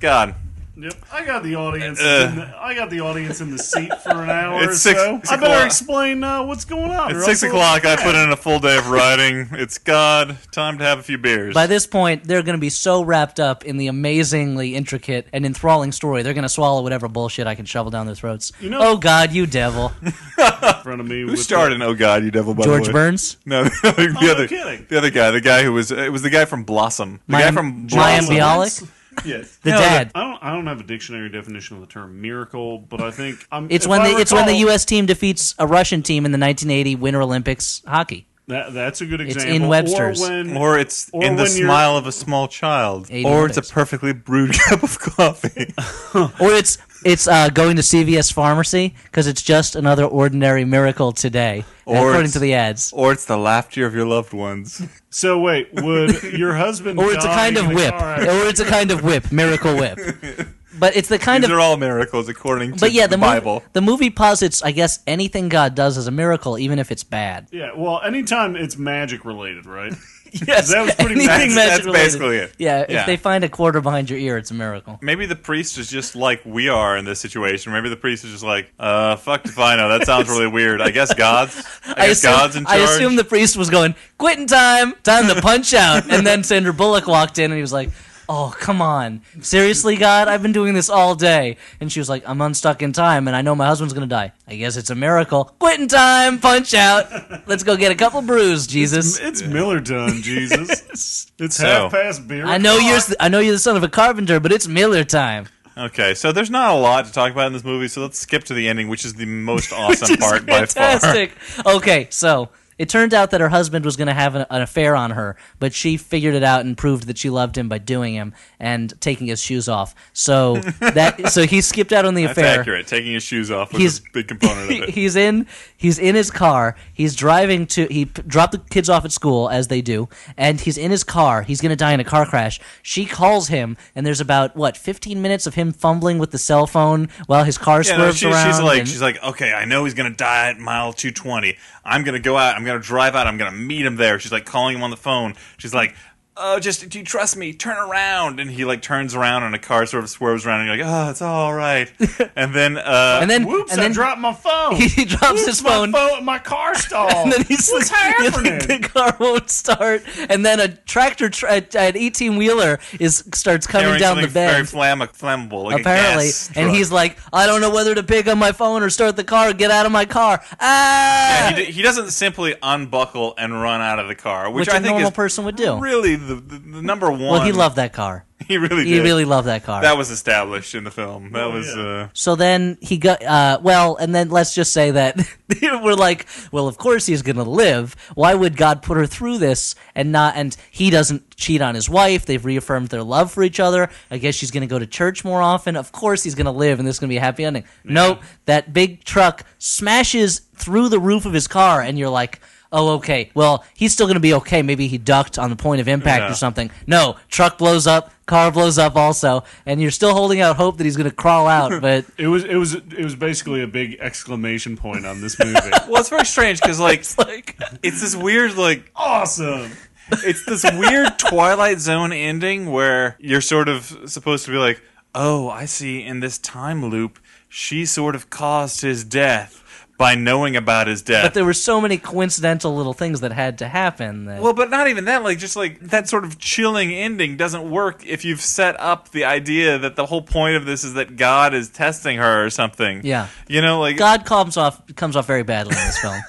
Speaker 1: God.
Speaker 2: Yep, I got the audience.
Speaker 1: Uh.
Speaker 2: in the, I got the audience in the seat for an hour
Speaker 1: It's
Speaker 2: or
Speaker 1: six-
Speaker 2: so.
Speaker 1: six
Speaker 2: I better
Speaker 1: o'clock.
Speaker 2: explain uh, what's going on.
Speaker 1: It's
Speaker 2: or
Speaker 1: six
Speaker 2: else-
Speaker 1: o'clock. I put in a full day of writing. It's God. Time to have a few beers.
Speaker 3: By this point, they're going to be so wrapped up in the amazingly intricate and enthralling story, they're going to swallow whatever bullshit I can shovel down their throats.
Speaker 2: You know-
Speaker 3: oh God, you devil,
Speaker 2: in front of me.
Speaker 1: Who started? Oh God, you devil! By
Speaker 3: George
Speaker 1: the way.
Speaker 3: Burns,
Speaker 1: No, the other, the, other
Speaker 2: Oh, kidding.
Speaker 1: the other guy, the guy who was it was the guy from Blossom, the guy
Speaker 3: Mayim-
Speaker 1: from
Speaker 3: Mayim
Speaker 1: Blossom.
Speaker 3: Bialik?
Speaker 2: Yes.
Speaker 3: the
Speaker 1: No, the-
Speaker 3: dad.
Speaker 2: I don't. I don't have a dictionary definition of the term miracle, but I think I'm,
Speaker 3: It's
Speaker 2: if
Speaker 3: when
Speaker 2: I
Speaker 3: the it's when the
Speaker 2: recall-
Speaker 3: U.S. team defeats a Russian team in the 1980 Winter Olympics hockey.
Speaker 2: That, that's a good
Speaker 3: It's
Speaker 2: example.
Speaker 3: in Webster's.
Speaker 2: Or when,
Speaker 1: Or it's
Speaker 2: Or
Speaker 1: in the
Speaker 2: when you're-
Speaker 1: smile of a small child.
Speaker 3: Eighty
Speaker 1: Or it's a
Speaker 3: minutes.
Speaker 1: perfectly brewed cup of coffee.
Speaker 3: Or it's it's uh, going to CVS pharmacy because it's just another ordinary miracle today,
Speaker 1: Or
Speaker 3: according
Speaker 1: it's-
Speaker 3: to the ads.
Speaker 1: or it's the laughter of your loved ones.
Speaker 2: so wait, would your husband?
Speaker 3: Or it's a
Speaker 2: die
Speaker 3: kind of
Speaker 2: in
Speaker 3: whip.
Speaker 2: car accident?
Speaker 3: Or it's a kind of whip, miracle whip. But it's the kind
Speaker 1: These
Speaker 3: of
Speaker 1: are all miracles according to
Speaker 3: but yeah,
Speaker 1: the,
Speaker 3: the,
Speaker 1: Bible.
Speaker 3: Movie, the movie posits, I guess, anything God does as a miracle, even if it's bad.
Speaker 2: Yeah. Well, anytime it's magic related, right?
Speaker 3: Yes,
Speaker 2: that was pretty
Speaker 3: anything
Speaker 2: magic-
Speaker 3: magic
Speaker 1: that's
Speaker 3: related.
Speaker 1: basically it.
Speaker 3: Yeah,
Speaker 1: Yeah.
Speaker 3: if they find a quarter behind your ear, it's a miracle.
Speaker 1: Maybe the priest is just like we are in this situation. Maybe the priest is just like, uh, fucked if I know. That sounds really weird. I guess God's. I, guess God's in charge.
Speaker 3: I assume the priest was going, quitting time, time to punch out. And then Sandra Bullock walked in and he was like, oh, come on. Seriously, God? I've been doing this all day. And she was like, I'm unstuck in time and I know my husband's going to die. I guess it's a miracle. Quitting time, punch out. Let's go get a couple brews, Jesus.
Speaker 2: It's Miller time, Jesus. It's
Speaker 1: So-
Speaker 2: half past beer.
Speaker 3: I know you're
Speaker 2: o'clock.
Speaker 3: I know you're the son of a carpenter, but it's Miller time.
Speaker 1: okay, so there's not a lot to talk about in this movie, so let's skip to the ending, which is the most awesome
Speaker 3: Which is
Speaker 1: part by far.
Speaker 3: fantastic. Okay, so it turned out that her husband was going to have an, an affair on her, but she figured it out and proved that she loved him by doing him and taking his shoes off. So that so he skipped out on the
Speaker 1: That's
Speaker 3: affair.
Speaker 1: accurate. Taking his shoes off was
Speaker 3: He's-
Speaker 1: a big component of it.
Speaker 3: he's in he's in his car. He's driving to he p- dropped the kids off at school as they do, and he's in his car. He's going to die in a car crash. She calls him, and there's about what 15 minutes of him fumbling with the cell phone while his car
Speaker 1: Yeah, no,
Speaker 3: swerves
Speaker 1: she-
Speaker 3: around.
Speaker 1: she's like,
Speaker 3: and-
Speaker 1: she's like, okay, I know he's gonna die at mile two twenty. I'm gonna go out. I'm gonna drive out. I'm gonna meet him there. She's like calling him on the phone. She's like, oh, just do you trust me? Turn around. And he like turns around, and a car sort of swerves around, and you're like, oh, it's all right. and then, uh,
Speaker 3: and then
Speaker 2: Whoops!
Speaker 3: and then
Speaker 2: I dropped my phone.
Speaker 3: He drops
Speaker 2: Whoops,
Speaker 3: his
Speaker 2: my
Speaker 3: phone.
Speaker 2: phone at my car stall.
Speaker 3: and then he's
Speaker 2: What's
Speaker 3: like, he's like,
Speaker 2: happening?
Speaker 3: the car won't start, and then a tractor, tra- an eighteen wheeler is starts coming
Speaker 1: carrying
Speaker 3: down the
Speaker 1: something very
Speaker 3: bend.
Speaker 1: flam- flammable, like a
Speaker 3: Apparently,
Speaker 1: gas
Speaker 3: and
Speaker 1: truck.
Speaker 3: he's like, "I don't know whether to pick up my phone or start the car. Get out of my car!"
Speaker 1: Yeah,
Speaker 3: Ah!
Speaker 1: he, d- he doesn't simply unbuckle and run out of the car, which,
Speaker 3: Which
Speaker 1: I
Speaker 3: a
Speaker 1: think
Speaker 3: normal
Speaker 1: is
Speaker 3: person would do.
Speaker 1: Really, the, the, the number one.
Speaker 3: well, he loved that car.
Speaker 1: He really
Speaker 3: He
Speaker 1: did.
Speaker 3: really loved that car.
Speaker 1: that was established in the film. That was.
Speaker 2: yeah.
Speaker 1: Uh,
Speaker 3: So then he got uh, well, and then let's just say that we're like, well, of course he's gonna live. Why would God put her through this and not? And he doesn't cheat on his wife. They've reaffirmed their love for each other. I guess she's gonna go to church more often. Of course he's gonna live, and this is gonna be a happy ending. Nope, that big truck smashes through the roof of his car, and you're like. Oh, okay. Well, he's still going to be okay. Maybe he ducked on the point of impact
Speaker 1: Yeah.
Speaker 3: or something. No, truck blows up, car blows up also, and you're still holding out hope that he's going to crawl out, but
Speaker 2: It was it was it was basically a big exclamation point on this movie.
Speaker 1: Well, it's very strange because like
Speaker 3: like
Speaker 1: it's this weird like
Speaker 2: awesome.
Speaker 1: it's this weird Twilight Zone ending where you're sort of supposed to be like, oh, I see. In this time loop, she sort of caused his death by knowing about his
Speaker 3: but
Speaker 1: death.
Speaker 3: there were so many coincidental little things that had to happen that
Speaker 1: well, but not even that. Like, just like that sort of chilling ending doesn't work if you've set up the idea that the whole point of this is that God is testing her or something.
Speaker 3: Yeah.
Speaker 1: you know, like
Speaker 3: God comes off comes off very badly in this film.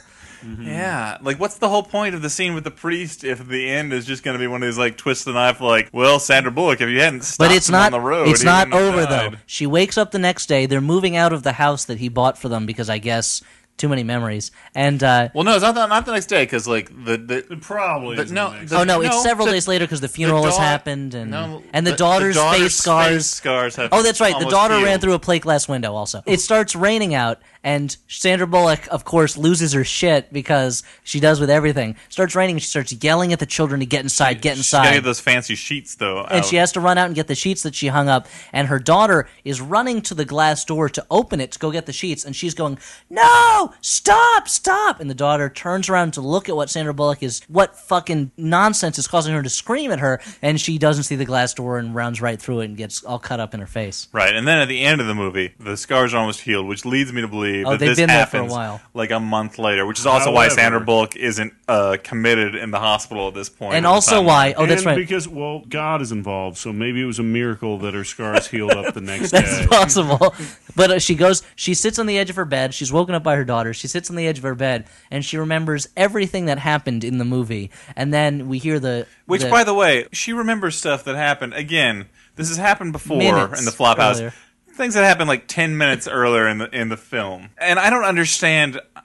Speaker 1: Yeah. Like, what's the whole point of the scene with the priest if the end is just going to be one of these, like, twist the knife, like, well, Sandra Bullock, if you hadn't stopped
Speaker 3: But it's
Speaker 1: him
Speaker 3: not.
Speaker 1: on the road,
Speaker 3: it's
Speaker 1: he
Speaker 3: not
Speaker 1: wouldn't have
Speaker 3: over though.
Speaker 1: died.
Speaker 3: She wakes up the next day. They're moving out of the house that he bought for them because I guess too many memories. And uh,
Speaker 1: Well, no, it's not, the, not the next day because, like, the. the
Speaker 2: It probably
Speaker 1: But
Speaker 2: is
Speaker 1: no,
Speaker 2: the next.
Speaker 1: the-
Speaker 3: oh no, it's several
Speaker 1: the-
Speaker 3: days later because the funeral has
Speaker 1: daugh-
Speaker 3: happened and
Speaker 1: no,
Speaker 3: and the, daughter's, face scars.
Speaker 1: scars have
Speaker 3: Oh, that's right. The
Speaker 1: almost
Speaker 3: daughter
Speaker 1: healed.
Speaker 3: ran through a plate glass window. Also, it starts raining out, and Sandra Bullock, of course, loses her shit because she does with everything. Starts raining, and she starts yelling at the children to get inside, get
Speaker 1: She's got to get
Speaker 3: inside.
Speaker 1: those fancy sheets, though.
Speaker 3: And
Speaker 1: out.
Speaker 3: she has to run out and get the sheets that she hung up. And her daughter is running to the glass door to open it to go get the sheets. And she's going, No, stop, stop. And the daughter turns around to look at what Sandra Bullock is, what fucking nonsense is causing her to scream at her. And she doesn't see the glass door and rounds right through it and gets all cut up in her face.
Speaker 1: Right, and then at the end of the movie, the scars are almost healed, which leads me to believe
Speaker 3: Oh,
Speaker 1: that
Speaker 3: they've
Speaker 1: this
Speaker 3: been there for a
Speaker 1: happens
Speaker 3: while.
Speaker 1: like a month later, which is also why
Speaker 2: However-
Speaker 1: Sandra Bullock isn't uh, committed in the hospital at this point,
Speaker 3: And
Speaker 1: in the
Speaker 3: also
Speaker 1: timeline.
Speaker 3: why, oh, that's
Speaker 2: and
Speaker 3: right.
Speaker 2: Because well, God is involved, so maybe it was a miracle that her scars healed up the next day.
Speaker 3: It's possible. But uh, she goes, she sits on the edge of her bed. She's woken up by her daughter. She sits on the edge of her bed and she remembers everything that happened in the movie. And then we hear the.
Speaker 1: Which, by the way, she remembers stuff that happened. Again, this has happened before
Speaker 3: Minutes
Speaker 1: in the Flophouse.
Speaker 3: earlier.
Speaker 1: Things that happened like ten minutes earlier in the in the film, and I don't understand uh,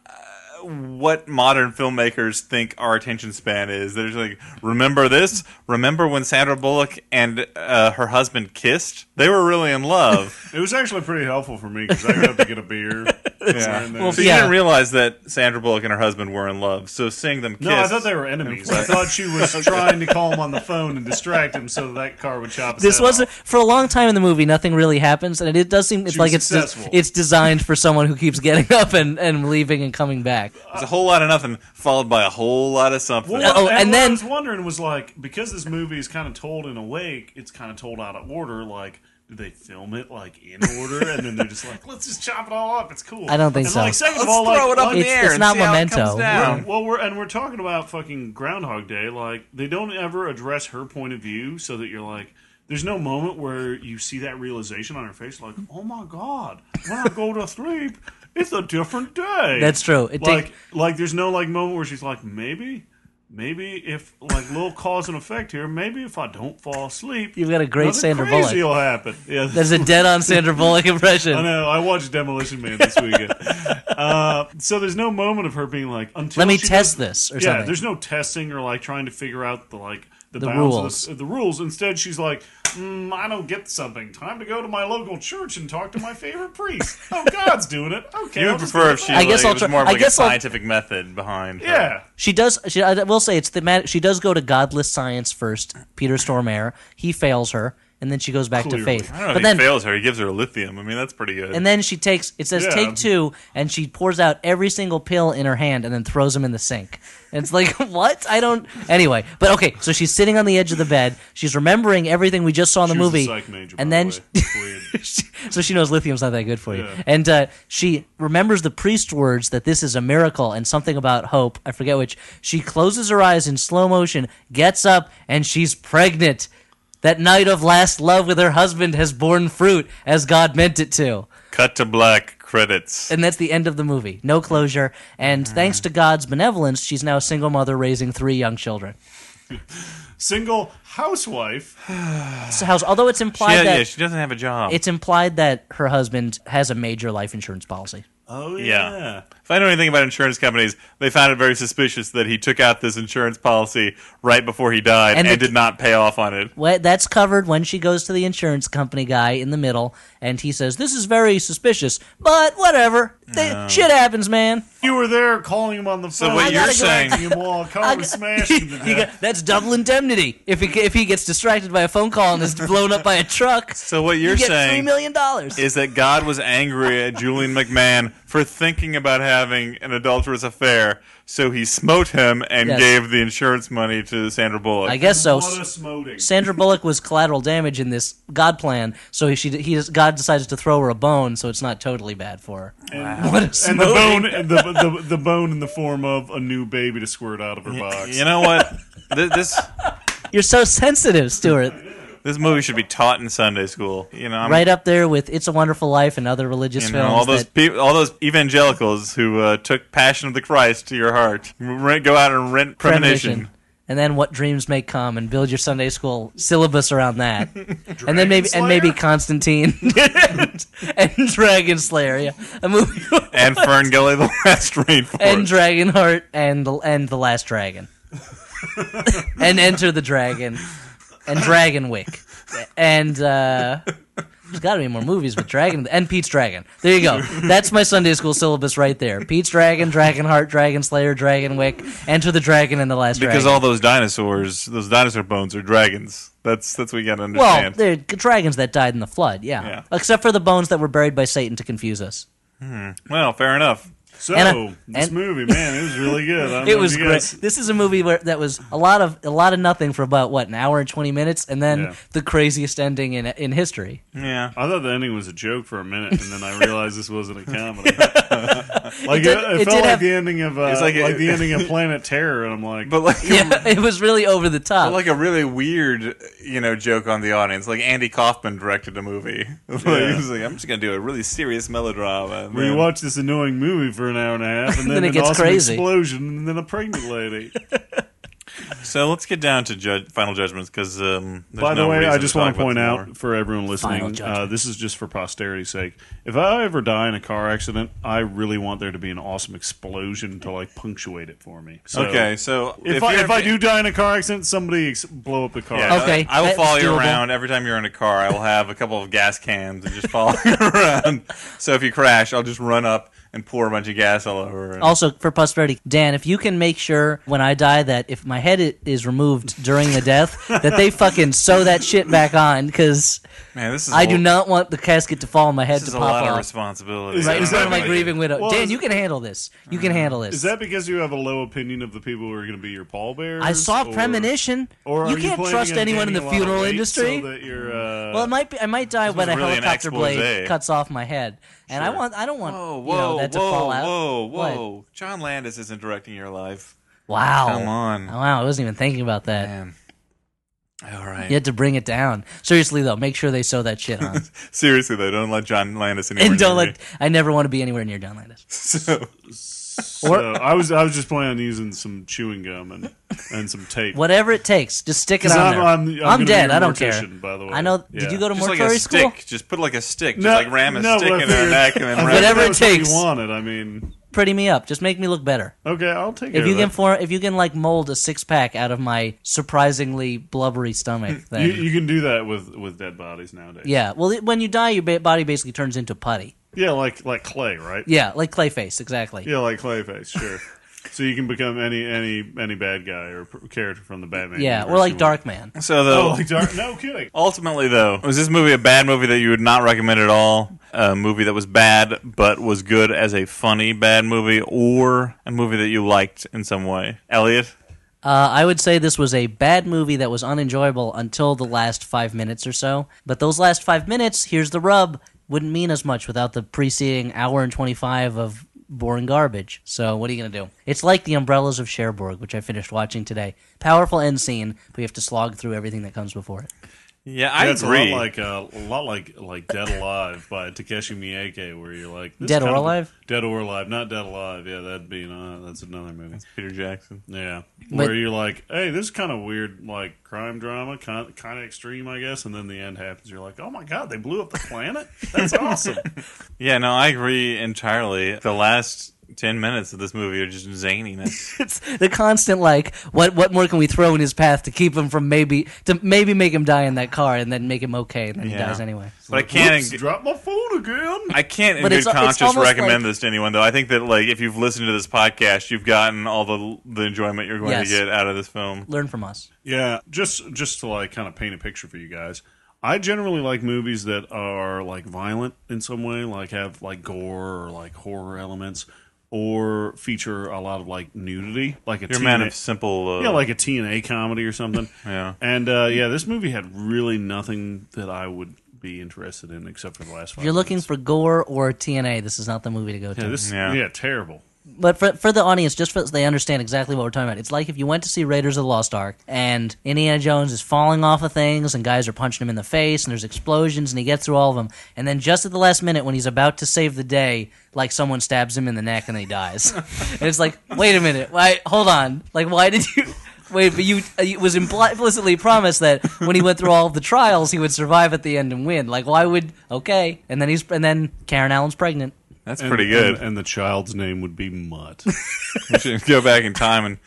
Speaker 1: what modern filmmakers think our attention span is. They're just like, remember this? Remember when Sandra Bullock and uh, her husband kissed? They were really in love.
Speaker 2: It was actually pretty helpful for me because I got to get a beer.
Speaker 1: yeah.
Speaker 2: And then-
Speaker 1: so you
Speaker 3: yeah.
Speaker 1: didn't realize that Sandra Bullock and her husband were in love. So seeing them kiss,
Speaker 2: no, I thought they were enemies. I thought she was trying to call him on the phone and distract him so that car would chop. His
Speaker 3: This
Speaker 2: head
Speaker 3: was
Speaker 2: off.
Speaker 3: for a long time in the movie. Nothing really happens, and it, it does seem it's
Speaker 2: She
Speaker 3: like
Speaker 2: was
Speaker 3: it's de-
Speaker 2: successful.
Speaker 3: it's designed for someone who keeps getting up and, and leaving and coming back.
Speaker 1: it's a whole lot of nothing followed by a whole lot of something.
Speaker 2: Well,
Speaker 3: Oh,
Speaker 2: and,
Speaker 3: and
Speaker 2: what
Speaker 3: then-
Speaker 2: I was wondering was like because this movie is kind of told in a wake, it's kind of told out of order. Like, do they film it like in order, and then they're just like, let's just chop it all up. It's cool.
Speaker 3: I don't think
Speaker 2: and,
Speaker 3: so.
Speaker 2: Like, second of
Speaker 1: Let's
Speaker 2: all, like,
Speaker 1: throw it up in
Speaker 2: like,
Speaker 1: the
Speaker 3: It's-
Speaker 1: air
Speaker 3: it's
Speaker 1: and
Speaker 3: not
Speaker 1: see how it comes
Speaker 3: Memento.
Speaker 1: down.
Speaker 2: Well, we're and we're talking about fucking Groundhog Day. Like they don't ever address her point of view, so that you're like, there's no moment where you see that realization on her face, like, oh my god, when I go to sleep, it's a different day.
Speaker 3: That's true. It
Speaker 2: like,
Speaker 3: take-
Speaker 2: like there's no like moment where she's like, maybe. Maybe if like little cause and effect here, maybe if I don't fall asleep,
Speaker 3: You've got a great
Speaker 2: nothing
Speaker 3: Sandra
Speaker 2: crazy
Speaker 3: Bullock.
Speaker 2: will happen. Yeah,
Speaker 3: There's a dead on Sandra Bullock
Speaker 2: I
Speaker 3: impression.
Speaker 2: know. I watched Demolition Man this weekend. uh, so there's no moment of her being like, until
Speaker 3: Let me
Speaker 2: she does-
Speaker 3: test this or
Speaker 2: yeah,
Speaker 3: something.
Speaker 2: there's no testing or like trying to figure out the like the,
Speaker 3: The
Speaker 2: bounds
Speaker 3: rules.
Speaker 2: Of the, the rules. Instead, she's like, mm, I don't get something. Time to go to my local church and talk to my favorite priest. Oh, God's doing it. Okay.
Speaker 1: You
Speaker 2: I'll
Speaker 1: would
Speaker 2: just
Speaker 1: prefer
Speaker 2: do
Speaker 1: if she
Speaker 2: that.
Speaker 3: I guess
Speaker 1: like,
Speaker 3: I'll
Speaker 1: it
Speaker 3: try-
Speaker 1: was more of
Speaker 3: I
Speaker 1: like a
Speaker 3: guess I'll-
Speaker 1: scientific method behind. her.
Speaker 2: Yeah.
Speaker 3: She does. She, I will say it's thematic. She does go to godless science first. Peter Stormare. He fails her, and then she goes back
Speaker 2: Clearly.
Speaker 3: to faith.
Speaker 1: I don't know
Speaker 3: but
Speaker 1: if
Speaker 3: then
Speaker 1: he fails her. He gives her lithium. I mean, that's pretty good.
Speaker 3: And then she takes it says
Speaker 2: Yeah.
Speaker 3: take two, and she pours out every single pill in her hand and then throws them in the sink. And it's like what? I don't. Anyway, but okay. So she's sitting on the edge of the bed. She's remembering everything we just saw in the
Speaker 2: She was a
Speaker 3: movie.
Speaker 2: psych major,
Speaker 3: and
Speaker 2: by
Speaker 3: then
Speaker 2: the way.
Speaker 3: she-
Speaker 2: It's weird.
Speaker 3: so she knows lithium's not that good for you.
Speaker 2: Yeah.
Speaker 3: And uh, she remembers the priest's words that this is a miracle and something about hope. I forget which. She closes her eyes in slow motion, gets up, and she's pregnant. That night of last love with her husband has borne fruit as God meant it to
Speaker 1: Cut to black credits.
Speaker 3: and that's the end of the movie. No closure. And thanks to God's benevolence, she's now a single mother raising three young children.
Speaker 2: Single housewife.
Speaker 3: So house, although it's implied
Speaker 1: yeah,
Speaker 3: that
Speaker 1: yeah, she doesn't have a job.
Speaker 3: it's implied that her husband has a major life insurance policy.
Speaker 2: Oh
Speaker 1: yeah. If I know anything about insurance companies, they found it very suspicious that he took out this insurance policy right before he died
Speaker 3: And
Speaker 1: and,
Speaker 3: the-
Speaker 1: did not pay off on it.
Speaker 3: Well, that's covered when she goes to the insurance company guy in the middle, and he says, "This is very suspicious, but whatever. Th- Shit happens, man."
Speaker 2: You were there calling him on the phone.
Speaker 1: what
Speaker 3: you're
Speaker 1: saying-
Speaker 2: him while a car was smashing to
Speaker 3: He
Speaker 2: death.
Speaker 3: got- that's double indemnity. If he if he gets distracted by a phone call and is blown up by a truck,
Speaker 1: So what you're
Speaker 3: you get three
Speaker 1: saying
Speaker 3: million dollars.
Speaker 1: is that God was angry at Julian McMahon for thinking about having an adulterous affair, so he smote him and
Speaker 3: Yes.
Speaker 1: gave the insurance money to Sandra Bullock.
Speaker 3: I guess so.
Speaker 2: What a smoting.
Speaker 3: Sandra Bullock was collateral damage in this God plan, so she he just, God decides to throw her a bone, so it's not totally bad for her. What
Speaker 2: and
Speaker 3: a
Speaker 2: the
Speaker 3: smoking-
Speaker 2: bone, and the, the the bone in the form of a new baby to squirt out of her box.
Speaker 1: you know what? Th- this
Speaker 3: You're so sensitive, Stuart.
Speaker 1: This movie should be taught in Sunday school. You know, I'm,
Speaker 3: right up there with It's a Wonderful Life and other religious
Speaker 1: you know,
Speaker 3: films.
Speaker 1: all those
Speaker 3: that,
Speaker 1: peop all those evangelicals who uh, took Passion of the Christ to your heart. Rent, go out and rent Premonition.
Speaker 3: And then what dreams may come, and build your Sunday school syllabus around that, and then maybe and
Speaker 2: Slayer?
Speaker 3: maybe Constantine and, and Dragon Slayer, yeah. a movie
Speaker 1: and Fern Gully, the last rainforest.
Speaker 3: and Dragonheart and the and the Last Dragon, and Enter the Dragon, and Dragonwick, and uh, there's got to be more movies with Dragon and Pete's Dragon. There you go. That's my Sunday school syllabus right there. Pete's Dragon, Dragonheart, Dragon Slayer, Dragonwick, Enter the Dragon, and the Last
Speaker 1: because
Speaker 3: Dragon.
Speaker 1: all those dinosaurs, those dinosaur bones are dragons. That's that's what you gotta
Speaker 3: well,
Speaker 1: understand.
Speaker 3: they're dragons that died in the flood, yeah.
Speaker 1: Yeah.
Speaker 3: Except for the bones that were buried by Satan to confuse us.
Speaker 1: well, fair enough.
Speaker 2: So
Speaker 3: And I-
Speaker 2: this
Speaker 3: and-
Speaker 2: movie, man, it was really good. I don't know
Speaker 3: It
Speaker 2: if
Speaker 3: was
Speaker 2: you
Speaker 3: great.
Speaker 2: guys-
Speaker 3: This is a movie where that was a lot of a lot of nothing for about what an hour and twenty minutes, and then
Speaker 2: Yeah.
Speaker 3: the craziest ending in in history.
Speaker 1: Yeah.
Speaker 2: I thought the ending was a joke for a minute, and then I realized this wasn't a comedy. like it,
Speaker 3: did-
Speaker 2: it felt
Speaker 3: it did
Speaker 2: like
Speaker 3: have-
Speaker 2: the ending of uh,
Speaker 1: It's like
Speaker 2: like,
Speaker 1: it-
Speaker 2: the ending of Planet Terror, and I'm like,
Speaker 1: But like
Speaker 3: Yeah, it was really over the top.
Speaker 1: like a really weird, you know, joke on the audience. Like Andy Kaufman directed a movie. Like,
Speaker 2: Yeah.
Speaker 1: he's like, I'm just gonna do a really serious melodrama. and
Speaker 2: we
Speaker 1: then-
Speaker 2: watch this annoying movie for an hour and a half, and then,
Speaker 3: Then it
Speaker 2: an
Speaker 3: gets
Speaker 2: awesome
Speaker 3: crazy.
Speaker 2: explosion, and then a pregnant lady.
Speaker 1: So let's get down to judge, final judgments because um, there's
Speaker 2: By the
Speaker 1: no
Speaker 2: way,
Speaker 1: reason
Speaker 2: I just
Speaker 1: to
Speaker 2: want to
Speaker 1: talk about
Speaker 2: point
Speaker 1: this
Speaker 2: out
Speaker 1: anymore.
Speaker 2: for everyone
Speaker 3: Final
Speaker 2: listening,
Speaker 3: judgment.
Speaker 2: uh, this is just for posterity's sake. If I ever die in a car accident, I really want there to be an awesome explosion to like punctuate it for me. So,
Speaker 1: Okay, so
Speaker 2: If, I,
Speaker 1: you're-
Speaker 2: if I do die in a car accident, somebody ex- blow up the car.
Speaker 1: Yeah,
Speaker 3: Okay,
Speaker 1: I will
Speaker 3: that's
Speaker 1: follow you
Speaker 3: doable.
Speaker 1: around every time you're in a car. I will have a couple of gas cans and just follow you around. So if you crash, I'll just run up and pour a bunch of gas all over. And,
Speaker 3: also for posterity, Dan, if you can make sure when I die that if my head i- is removed during the death, that they fucking sew that shit back on because
Speaker 1: man, this is
Speaker 3: I
Speaker 1: a-
Speaker 3: do not want the casket to fall on my head
Speaker 1: This
Speaker 3: to
Speaker 1: is a
Speaker 3: pop
Speaker 1: lot of
Speaker 3: off.
Speaker 1: responsibility.
Speaker 2: Right
Speaker 1: I
Speaker 3: Right in
Speaker 1: don't
Speaker 3: front of
Speaker 1: know
Speaker 3: my
Speaker 1: if I-
Speaker 3: grieving widow.
Speaker 2: Well,
Speaker 3: Dan,
Speaker 2: is-
Speaker 3: you can handle this. You can handle this.
Speaker 2: Is that because you have a low opinion of the people who are going to be your pallbearers?
Speaker 3: I saw
Speaker 2: or-
Speaker 3: premonition.
Speaker 2: Or are
Speaker 3: you can't
Speaker 2: planning
Speaker 3: trust
Speaker 2: on
Speaker 3: anyone in
Speaker 2: gaining
Speaker 3: the
Speaker 2: a lot of
Speaker 3: funeral
Speaker 2: weight
Speaker 3: industry.
Speaker 2: So that you're, uh,
Speaker 3: Well, it might be. I might die when a
Speaker 1: was really an
Speaker 3: helicopter blade
Speaker 1: expose.
Speaker 3: cuts off my head, and I
Speaker 1: Sure.
Speaker 3: want. I don't want
Speaker 1: Whoa,
Speaker 3: you know,
Speaker 1: Oh, whoa,
Speaker 3: that to
Speaker 1: whoa,
Speaker 3: fall out.
Speaker 1: whoa,
Speaker 3: What? Oh.
Speaker 1: whoa! John Landis isn't directing your life.
Speaker 3: Wow!
Speaker 1: Come on.
Speaker 3: Wow! I wasn't even thinking about that.
Speaker 1: Man. All right.
Speaker 3: You had to bring it down. Seriously though, make sure they sew that shit on,
Speaker 1: Seriously though, don't let John Landis anywhere.
Speaker 3: and don't
Speaker 1: near
Speaker 3: let. I never want to be anywhere near John Landis.
Speaker 1: me. So,
Speaker 2: so I was I was just planning on using some chewing gum and, and some tape.
Speaker 3: Whatever it takes, just stick it
Speaker 2: 'Cause I'm-
Speaker 3: on there.
Speaker 2: I'm- I'm gonna be
Speaker 3: dead.
Speaker 2: your
Speaker 3: I don't care.
Speaker 2: mortician, by the way.
Speaker 3: I know.
Speaker 2: Yeah.
Speaker 3: Did you go to
Speaker 1: just like
Speaker 3: mortuary
Speaker 1: a
Speaker 3: school?
Speaker 1: stick. Just put like a stick. Just
Speaker 2: No,
Speaker 1: like ram a
Speaker 2: no,
Speaker 1: stick
Speaker 2: but I
Speaker 1: in her
Speaker 2: figured-
Speaker 1: neck and then
Speaker 2: I
Speaker 1: ram
Speaker 2: figured
Speaker 1: it.
Speaker 3: Whatever it
Speaker 2: that's what
Speaker 3: takes.
Speaker 2: You wanted. I mean,
Speaker 3: Pretty me up. Just make me look better.
Speaker 2: okay, I'll take. care
Speaker 3: If you
Speaker 2: of
Speaker 3: can
Speaker 2: that.
Speaker 3: for, if you can like mold a six pack out of my surprisingly blubbery stomach, then
Speaker 2: you, you can do that with with dead bodies nowadays.
Speaker 3: yeah. Well, it- when you die, your ba- body basically turns into putty.
Speaker 2: Yeah, like like clay, right?
Speaker 3: Yeah, like Clayface, exactly.
Speaker 2: Yeah, like Clayface, sure. so you can become any any any bad guy or p- character from the Batman.
Speaker 3: Yeah,
Speaker 2: universe
Speaker 3: or like
Speaker 2: you want.
Speaker 3: Dark Man.
Speaker 1: So though,
Speaker 2: Oh, like dark. No kidding.
Speaker 1: Ultimately, though, was this movie a bad movie that you would not recommend at all? A movie that was bad but was good as a funny bad movie, or a movie that you liked in some way? Elliot,
Speaker 3: Uh, I would say this was a bad movie that was unenjoyable until the last five minutes or so. But those last five minutes, here's the rub, wouldn't mean as much without the preceding hour and 25 of boring garbage. So what are you going to do? It's like The Umbrellas of Cherbourg, which I finished watching today. Powerful end scene, but you have to slog through everything that comes before it.
Speaker 1: yeah, I
Speaker 2: That's
Speaker 1: agree.
Speaker 2: a lot like uh, a lot like like Dead Alive by Takeshi Miike, where you're like this
Speaker 3: Dead
Speaker 2: is kind
Speaker 3: or
Speaker 2: of-
Speaker 3: Alive?
Speaker 2: Dead or Alive, not Dead Alive. Yeah, that'd be uh, that's another movie.
Speaker 1: Peter Jackson.
Speaker 2: Yeah,
Speaker 3: But-
Speaker 2: where you're like, hey, this is kind of weird, like crime drama, kind kind of extreme, I guess. And then the end happens. You're like, oh my god, they blew up the planet. That's awesome.
Speaker 1: Yeah, no, I agree entirely. The last ten minutes of this movie are just zaniness.
Speaker 3: It's the constant like, what what more can we throw in his path to keep him from maybe to maybe make him die in that car and then make him okay and then he
Speaker 1: Yeah.
Speaker 3: dies anyway.
Speaker 1: but I can't.
Speaker 2: Oops, drop my phone again.
Speaker 1: I can't, in
Speaker 3: But
Speaker 1: good
Speaker 3: it's- it's
Speaker 1: conscience,
Speaker 3: almost
Speaker 1: recommend
Speaker 3: like-
Speaker 1: this to anyone. Though I think that, like, if you've listened to this podcast, you've gotten all the the enjoyment you're going
Speaker 3: Yes.
Speaker 1: to get out of this film.
Speaker 3: Learn from us.
Speaker 2: Yeah, just just to like kind of paint a picture for you guys. I generally like movies that are like violent in some way, like have like gore or like horror elements, or feature a lot of like nudity, like a
Speaker 1: You're a man
Speaker 2: TNA
Speaker 1: of simple. Uh,
Speaker 2: yeah, like a TNA comedy or something.
Speaker 1: Yeah.
Speaker 2: and uh, yeah, this movie had really nothing that I would be interested in except for the last. Five
Speaker 3: If you're looking
Speaker 2: minutes.
Speaker 3: for gore or TNA, this is not the movie to go to.
Speaker 2: yeah, this
Speaker 1: Yeah.
Speaker 2: yeah. terrible.
Speaker 3: But for, for the audience, just so they understand exactly what we're talking about, it's like if you went to see Raiders of the Lost Ark and Indiana Jones is falling off of things and guys are punching him in the face and there's explosions and he gets through all of them. And then just at the last minute when he's about to save the day, like someone stabs him in the neck and he dies. and it's like, wait a minute, why? Hold on, like why did you? Wait, but you uh, it was impli- implicitly promised that when he went through all of the trials, he would survive at the end and win. Like, why would okay? And then he's and then Karen Allen's pregnant.
Speaker 1: That's
Speaker 2: And-
Speaker 1: pretty good.
Speaker 2: And, and the child's name would be Mutt.
Speaker 1: we should go back in time and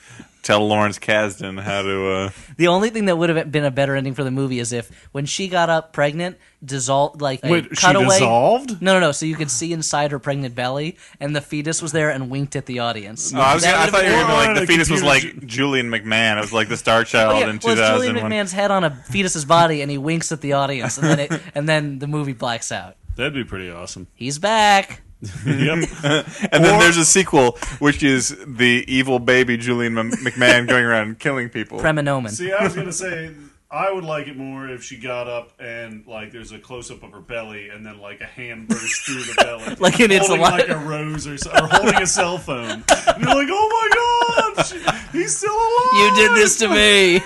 Speaker 1: tell Lawrence Kasdan how to. Uh,
Speaker 3: The only thing that would have been a better ending for the movie is if when she got up pregnant, dissolved like a
Speaker 2: Wait, she
Speaker 3: cutaway.
Speaker 2: dissolved?
Speaker 3: No, no, no. So you could see inside her pregnant belly, and the fetus was there and winked at the audience.
Speaker 1: oh, I, was
Speaker 3: That
Speaker 1: gonna, I
Speaker 3: would've
Speaker 1: thought you
Speaker 3: been-
Speaker 1: were gonna be
Speaker 2: Oh,
Speaker 1: like
Speaker 2: the
Speaker 1: the fetus was
Speaker 2: computer-
Speaker 1: like Julian McMahon. It was like the Star Child
Speaker 3: Oh, yeah.
Speaker 1: in
Speaker 3: Well, it's Julian
Speaker 1: 2001.
Speaker 3: McMahon's head on a fetus's body, and he winks at the audience, and then it, and then the movie blacks out.
Speaker 2: That'd be pretty awesome.
Speaker 3: He's back.
Speaker 2: yep.
Speaker 1: and then
Speaker 2: Or-
Speaker 1: there's a sequel, which is the evil baby Julian M- McMahon going around and killing people.
Speaker 3: Premenomen.
Speaker 2: See, I was gonna say I would like it more if she got up and like there's a close up of her belly and then like a hand bursts through the belly,
Speaker 3: Like in It's a
Speaker 2: holding
Speaker 3: Lot-
Speaker 2: like a rose or, so- or holding a cell phone. And you're like, oh my god, she, he's still alive.
Speaker 3: You did this to me.